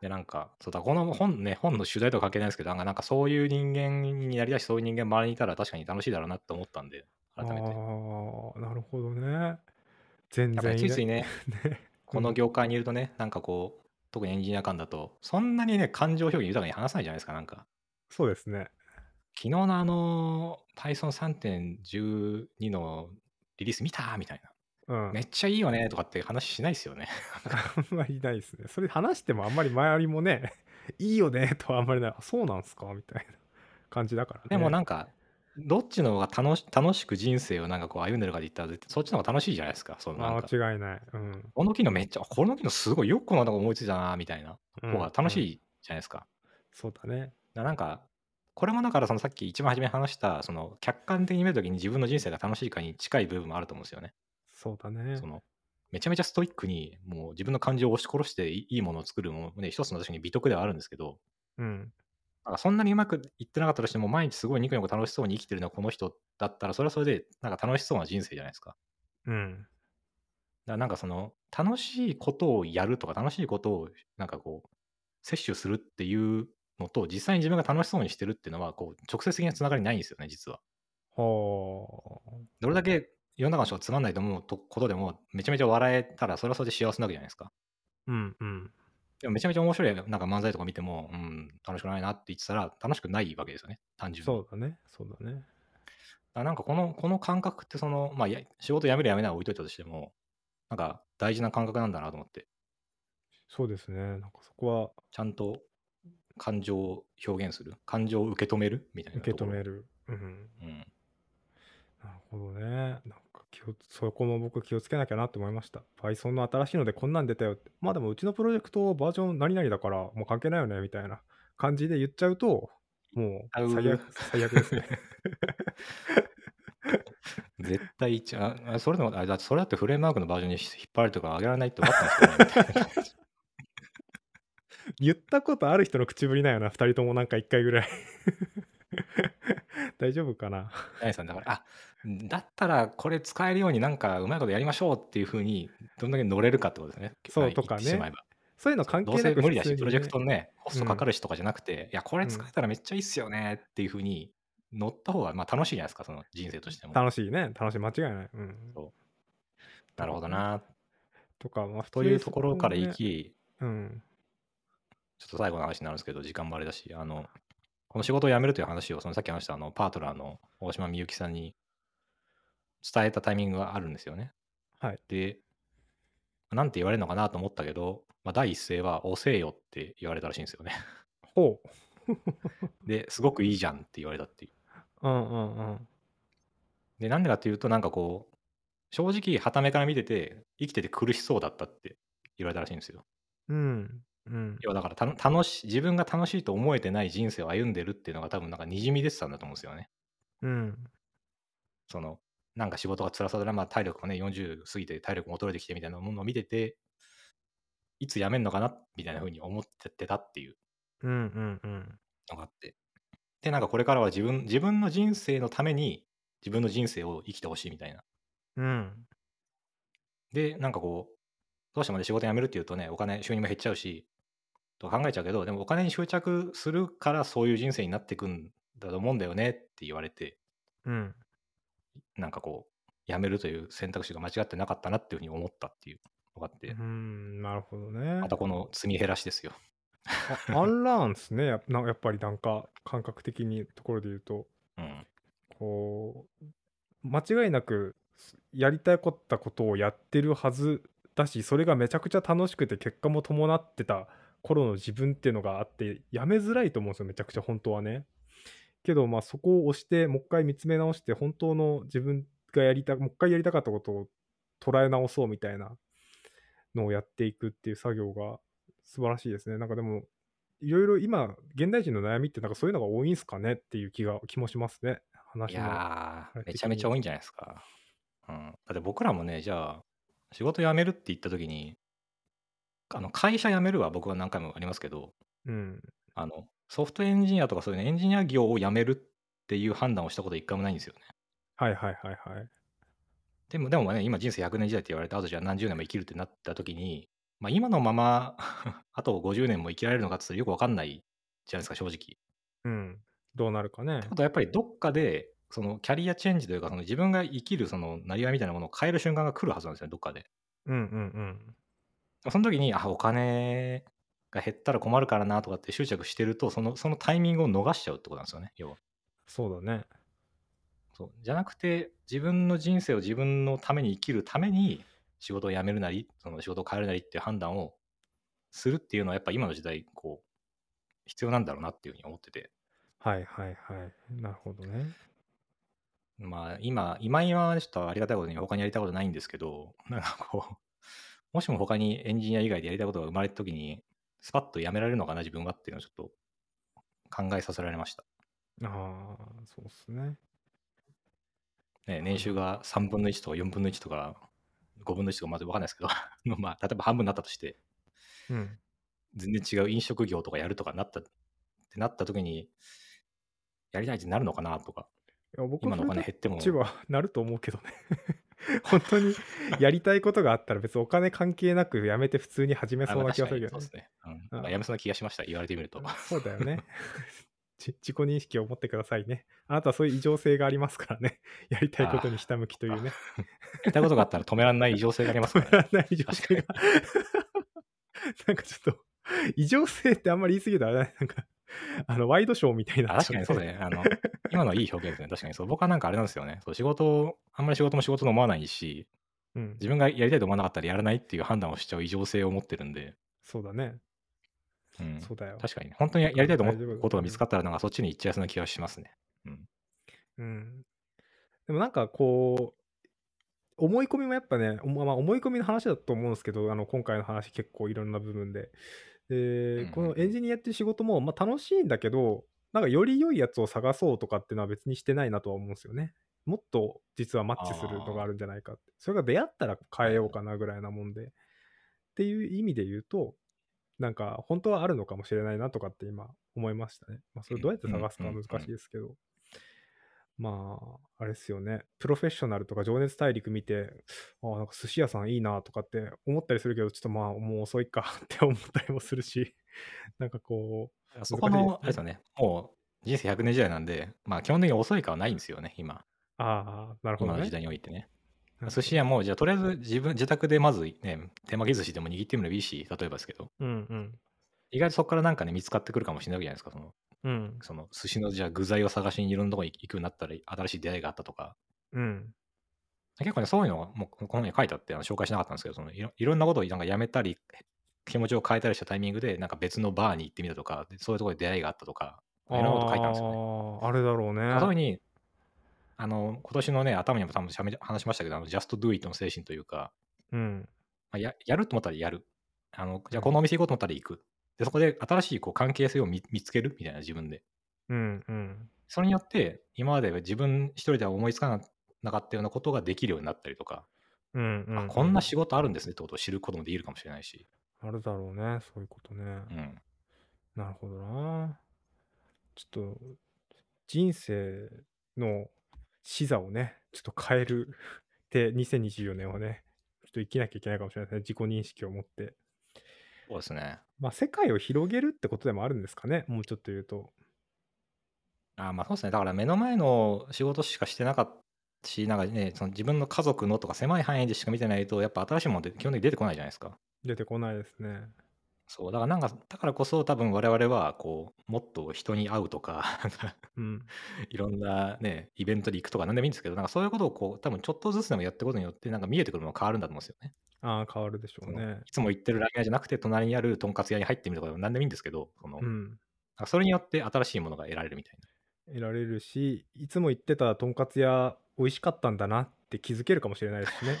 で、なんか、そうだ、この本ね、本の主題とは関係ないですけど、なんかなんかそういう人間になりだし、そういう人間周りにいたら確かに楽しいだろうなって思ったんで、
ああ
改めて。
ー、なるほどね。全
やっぱ
然
り
い
ついつ い
ね。
ね、この業界にいるとね、なんかこう、特にエンジニア間だと、そんなにね、感情表現豊かに話さないじゃないですか、なんか。
そうですね。
昨日のあの Python3.12 のリリース見たみたい
うん
な。。めっちゃいいよねとかって話しないですよね。
あんまりないですね。それ話してもあんまり周りもね、 いいよねとはあんまりない。あそうなんすかみたいな感じだからね。
でもなんんか、どっちの方が楽し楽しく人生をなんかこう歩んでるかで言ったら絶対そっちの方が楽しいじゃないですか。そのなんか
間違いない。うん。
この機能めっちゃ、この機能すごいよくこのなんか思いついたなみたいな
うん
方が楽し
うん
いじゃないですか。
そうだね。
だからなんか、これもだからそのさっき一番初めに話した、その客観的に見るときに自分の人生が楽しいかに近い部分もあると思うんですよね。
そうだね
そ。のめちゃめちゃストイックにもう自分の感情を押し殺していいいものを作るもね一つの確かに美徳ではあるんですけど
うん。
なんかそんなにうまくいってなかったとしても毎日すごいニコニコ楽しそうに生きてるのはこの人だったらそれはそれでなんか楽しそうな人生じゃないですか。だか
うん。
らなんかその楽しいことをやるとか楽しいことをなんかこう摂取するっていうのと実際に自分が楽しそうにしてるっていうのはこう直接的なつながりないんですよね実は。
ほ
どれだけ世の中の人がつまんないと思うとことでもめちゃめちゃ笑えたらそれはそれで幸せなわけじゃないですか。
う。うんうん。
でもめちゃめちゃ面白いなんか漫才とか見ても、うん、楽しくないなって言ってたら楽しくないわけですよね、単純に。
そうだね。そうだね。
あなんかこの、この感覚ってその、まあ、や仕事辞める辞めないは置いといたとしても、なんか大事な感覚なんだなと思って、
そうですね。なんかそこ
ちゃんと感情を表現する、感情を受け止めるみたい
は
な
受け
とこ
止
ろ。
める。うん。
うん。
なるほどね。なんか気をつ、そこも僕気をつけなきゃなって思いました。Python の新しいのでこんなん出たよって。まあでもうちのプロジェクトバージョン何々だからもう関係ないよねみたいな感じで言っちゃうと、も
あう
う最悪最悪ですね。
絶対一応、ああそれでも、あだってそれだってフレームワークのバージョンに引っ張るとか上げられないって分かったんですけどね、みたいな
言ったことある人の口ぶりなんよな、2人ともなんか1回ぐらい。 大丈夫かな。
ナイさんだから、あだったらこれ使えるようになんかうまいことやりましょうっていうふうに、どんだけ乗れるかってことですね。
そうとかね
言ってしまえば
そういうの関係
ど
な
う
く
せ無理だ
普通
し、
に
プロジェクト
ね
のね、コストかかるしとかじゃなくて、いや、これ使えたらめっちゃいいっすよねっていうふうに乗った方がまあ楽しいじゃないですか、その人生としても。
楽しいね。楽しい。間違いない。うん。
なるほどな。
とか、まあ、普通
と
に
いうところから
そ
い
ね
き、
うん。
ちょっと最後の話になるんですけど、時間もあれだし、あの、この仕事を辞めるという話を、そのさっき話したあのパートナーの大島みゆきさんに伝えたタイミングがあるんですよね。
はい。
で、なんて言われるのかなと思ったけど、まあ、第一声は、おせえよって言われたらしいんですよね。
ほう。
で、すごくいいじゃんって言われたっていう。
うんうんうん。
で、なんでかっていうと、なんかこう、正直、はためから見てて、生きてて苦しそうだったって言われたらしいんですよ。
うん。うん。
要はだからたの、楽しい、自分が楽しいと思えてない人生を歩んでるっていうのが、多分なんか、にじみ出てたんだと思うんですよね。
うん。
その、なんか仕事が辛さだな、まあ、体力もね、40過ぎて体力も衰えてきてみたいなものを見てて、いつ辞めるのかなみたいな風に思っててたっていう
うんうんうん。
のがあって。で、なんかこれからは自分、自分の人生のために、自分の人生を生きてほしいみたいな。
うん。
で、なんかこう、どうしてもね、仕事辞めるっていうとね、お金、収入も減っちゃうし、と考えちゃうけど、でもお金に執着するからそういう人生になっていくんだと思うんだよねって言われて、
うん。
なんかこう、辞めるという選択肢が間違ってなかったなっていうふうに思ったっていうのがあって、
うん。なるほどね。
またこの積み減らしですよ。
あアンラーンっすね。やっぱやっぱりなんか感覚的にところで言うと、
うん。
こう、間違いなくやりたかったことをやってるはずだし、それがめちゃくちゃ楽しくて結果も伴ってた頃の自分っていうのがあって、やめづらいと思うんですよ、めちゃくちゃ本当はね。けど、まあそこを押して、もう一回見つめ直して、本当の自分がやりた、もう一回やりたかったことを捉え直そうみたいなのをやっていくっていう作業が素晴らしいですね。なんかでも、いろいろ今、現代人の悩みってなんかそういうのが多いんすかねっていう気が、気もしますね。
い
話も。
や
あれ
ー、めちゃめちゃ多いんじゃないですか。うん。だって僕らもね、じゃあ、仕事辞めるって言った時に、あの会社辞めるは僕は何回もありますけど、
うん。
あの、ソフトエンジニアとかそういうねエンジニア業を辞めるっていう判断をしたこと一回もないんですよね。
はいはいはいはい。
でも、でもね、今人生100年時代って言われた後じゃあ何十年も生きるってなった時に、まあ今のまま、 あと50年も生きられるのかって言ったらよくわかんないじゃないですか、正直。
うん。どうなるかね
って。ことはやっぱりどっかで、そのキャリアチェンジというか、その自分が生きるそのなりわいみたいなものを変える瞬間が来るはずなんですよね、どっかで。
うんうん
その時に、あ、お金が減ったら困るからなとかって執着してると、そのそのタイミングを逃しちゃうってことなんですよね、要は。
そうだね。
そうじゃなくて自分の人生を自分のために生きるために仕事を辞めるなりその仕事を変えるなりっていう判断をするっていうのはやっぱ今の時代こう必要なんだろうなっていうふうに思ってて
はいはいはい。なるほどね。
まあ今今今はちょっとありがたいことに他にやりたいことないんですけど なんかこうもしも他にエンジニア以外でやりたいことが生まれた時にスパッと辞められるのかな自分はっていうのをちょっと考えさせられました、
ああ、そうっすね。
ね、年収が3分の1とか4分の1とか5分の1とかまず分かんないですけど まあ例えば半分になったとして
うん。
全然違う飲食業とかやるとかなったってなった時にやりたいってなるのかなとか
いや僕
今
は
の
そ
お
れと
金減って
こ
も
っちは なると思うけどね。本当にやりたいことがあったら別にお金関係なくやめて普通に始め
あ
そう
まあ
な気が
確
する
かに
け
そ
ど
うで
ね
す。ね、うん
うん
なんかやめそうな気がしました言われてみると
そうだよね。 じ自己認識を持ってくださいね。あなたはそういう異常性がありますからね。 やりたいことにひたむきというね。
やりたいことがあったら止められない異常性があります
止
か
め
ら、ね、
られない異常性が。 なんかちょっと、異常性ってあんまり言い過ぎたらあれだね、なんか、あの、ワイドショーみたいに
あ
なっち
確
ゃ
か
う
に
ね
そうですねあの今のはいい表現ですね。確かにそう。僕はなんかあれなんですよね。そう仕事を、あんまり仕事も仕事と思わないし、
うん。
自分がやりたいと思わなかったらやらないっていう判断をしちゃう異常性を持ってるんで、
そうだね。
うん、
そうだよ。
確かにね、本当にややりたいと思
大丈夫
うことが見つかったら、なんかそっちに行っちゃいそうな気がしますね。
うん。でもなんかこう、思い込みもやっぱね、おまあ、思い込みの話だと思うんですけど、あの今回の話結構いろんな部分で。で、
うん
このエンジニアっていう仕事も、まあ、楽しいんだけど、なんかより良いやつを探そうとかっていうのは別にしてないなとは思うんですよね。もっと実はマッチするのがあるんじゃないかって。それが出会ったら変えようかなぐらいなもんで。っていう意味で言うと、なんか本当はあるのかもしれないなとかって今思いましたね。まあ、それどうやって探すかは難しいですけど。まあ、あれですよね。プロフェッショナルとか情熱大陸見て、ああ、なんか寿司屋さんいいなとかって思ったりするけど、ちょっとまあもう遅いか って思ったりもするし、 なんかこ
そこ
難しいですね
の、あれですよね、もう人生100年時代なんで、まあ基本的に遅いかはないんですよね、今。
う、ああ、なるほど
今の
ね
時。代においてね。
なんか
寿司屋も、じゃあとりあえず自分、自宅でまずね、手巻き寿司でも握ってみればいいし、例えばですけど、
うんうん。
意外とそこからなんかね、見つかってくるかもしれないわけじゃないですか、その、
うん。
その寿司のじゃあ具材を探しにいろんなとこに行くようになったら、新しい出会いがあったとか、
うん。
結構ね、そういうのがもうこの本に書いてあってあの紹介しなかったんですけど、そのいろいろんなことをなんかやめたり、気持ちを変えたりしたタイミングで、なんか別のバーに行ってみたとか、でそういうところで出会いがあったとか、いろんなこと書いてあるんですよね。
ああ、あれだろうね。
特に、あの、今年のね、頭にも多分しゃべ話しましたけど、あの just do it の精神というか、
うん。
まあ、ややると思ったらやる。あのじゃあ、このお店行こうと思ったら行く。で、そこで新しいこう関係性を見見つけるみたいな自分で。
うんうん。
それによって、今まで自分一人では思いつかなかったようなことができるようになったりとか、
うんうん、
あこんな仕事あるんですねってことを知ることもできるかもしれないし、
あるだろうね、そういうことね。
うん、
なるほどな。ちょっと、人生の視座をね、ちょっと変えるって、2024年はね、ちょっと生きなきゃいけないかもしれないですね、自己認識を持って。
そうですね。
まあ、世界を広げるってことでもあるんですかね、もうちょっと言うと。
あまあそうですね、だから目の前の仕事しかしてなかったし、なんかね、その自分の家族のとか狭い範囲でしか見てないと、やっぱ新しいものって基本的に出てこないじゃないですか。
出てこないですね。
そうだからなんか、だからこそ多分我々はこう、もっと人に会うとか、 なんか
うん。
いろんなね、イベントに行くとか、何でもいいんですけど、なんかそういうことをこう、多分ちょっとずつでもやっていくことによって、なんか見えてくるものが変わるんだと思うんですよね。
ああ、変わるでしょうね。
いつも行ってるラーメン屋じゃなくて、隣にあるとんかつ屋に入ってみるとかでも何でもいいんですけど、その
うん。
なんかそれによって新しいものが得られるみたいな。
得られるし、いつも行ってたとんかつ屋、美味しかったんだなって気づけるかもしれないですし ね。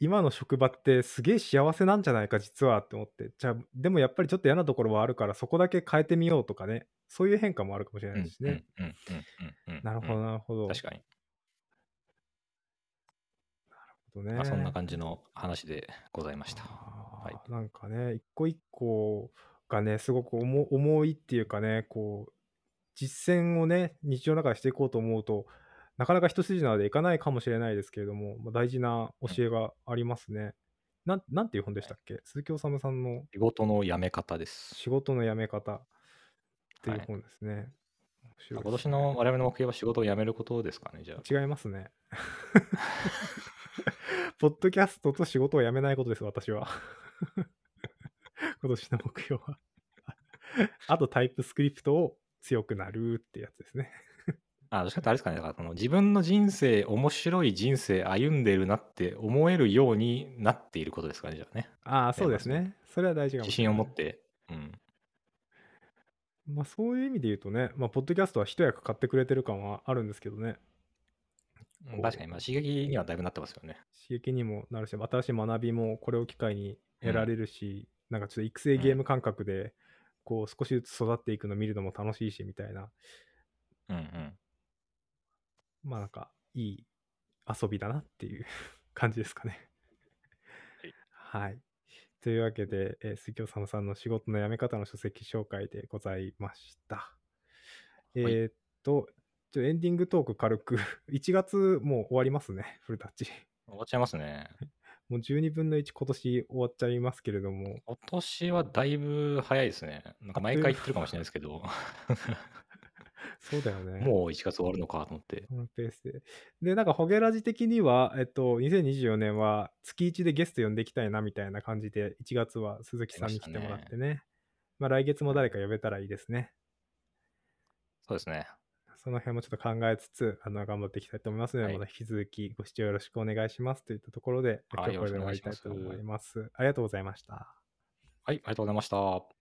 今の職場ってすげえ幸せなんじゃないか実はって思ってじゃあでもやっぱりちょっと嫌なところはあるからそこだけ変えてみようとかねそういう変化もあるかもしれないですね、
うんうんうんうんうん
なるほどなるほど、
確かに、
ね
まあ、そんな感じの話でございました。
あー
はい
なんかね一個一個がねすごく重重いっていうかねこう実践をね日常の中でしていこうと思うとなかなか一筋縄でいかないかもしれないですけれども、まあ、大事な教えがありますね、なんなんていう本でしたっけ鈴木おさむさんの
仕事の辞め方です。
仕事の辞め方ってい
は
う
い
本ですね。
ま
面
あ
白
今
いです
年
ね
の我々の目標は仕事を辞めることですかね、じゃあ。
違いますね。 ポッドキャストと仕事を辞めないことです、私は。 今年の目標は。 あとタイプスクリプトを強くなるってやつですね。
あ、どっちかってあれですかね、だからその自分の人生、面白い人生歩んでるなって思えるようになっていることですかね、じゃあね。
ああ、そうですね。それは大事かも
自
しれな
信
い
を持って。うん。
まあ、そういう意味で言うとね、まあ、ポッドキャストは一役買ってくれてる感はあるんですけどね、
うん確かに、まあ、刺激にはだいぶなってますよね。
刺激にもなるし、新しい学びもこれを機会に得られるし、なんかちょっと育成ゲーム感覚で、こう少しずつ育っていくの見るのも楽しいしみたいな、
うんうん。
まあなんかいい遊びだなっていう 感じですかね。はい。というわけで、えー、杉尾さんさんの仕事の辞め方の書籍紹介でございました。えーっと、ちょエンディングトーク軽く、1月もう終わりますね、フルタッチ。
終わっちゃいますね。
もう12分の1今年終わっちゃいますけれども、
今年はだいぶ早いですね。なんか毎回言ってるかもしれないですけど、
そうだよね。
もう1月終わるのかと思って。
このペースで。で、なんか、ホゲラジ的には、えっと、2024年は月1でゲスト呼んでいきたいなみたいな感じで、1月は鈴木さんに来てもらってね。まあ、来月も誰か呼べたらいいですね。
そうですね。
その辺もちょっと考えつつ、あの、頑張っていきたいと思いますので、
はい
また引き続きご視聴よろしくお願いしますといったところで、
は
今
い
日これで終わりたいと
よろしくお
思
願い
い
し
ます。ありがとうございました。
はい、ありがとうございました。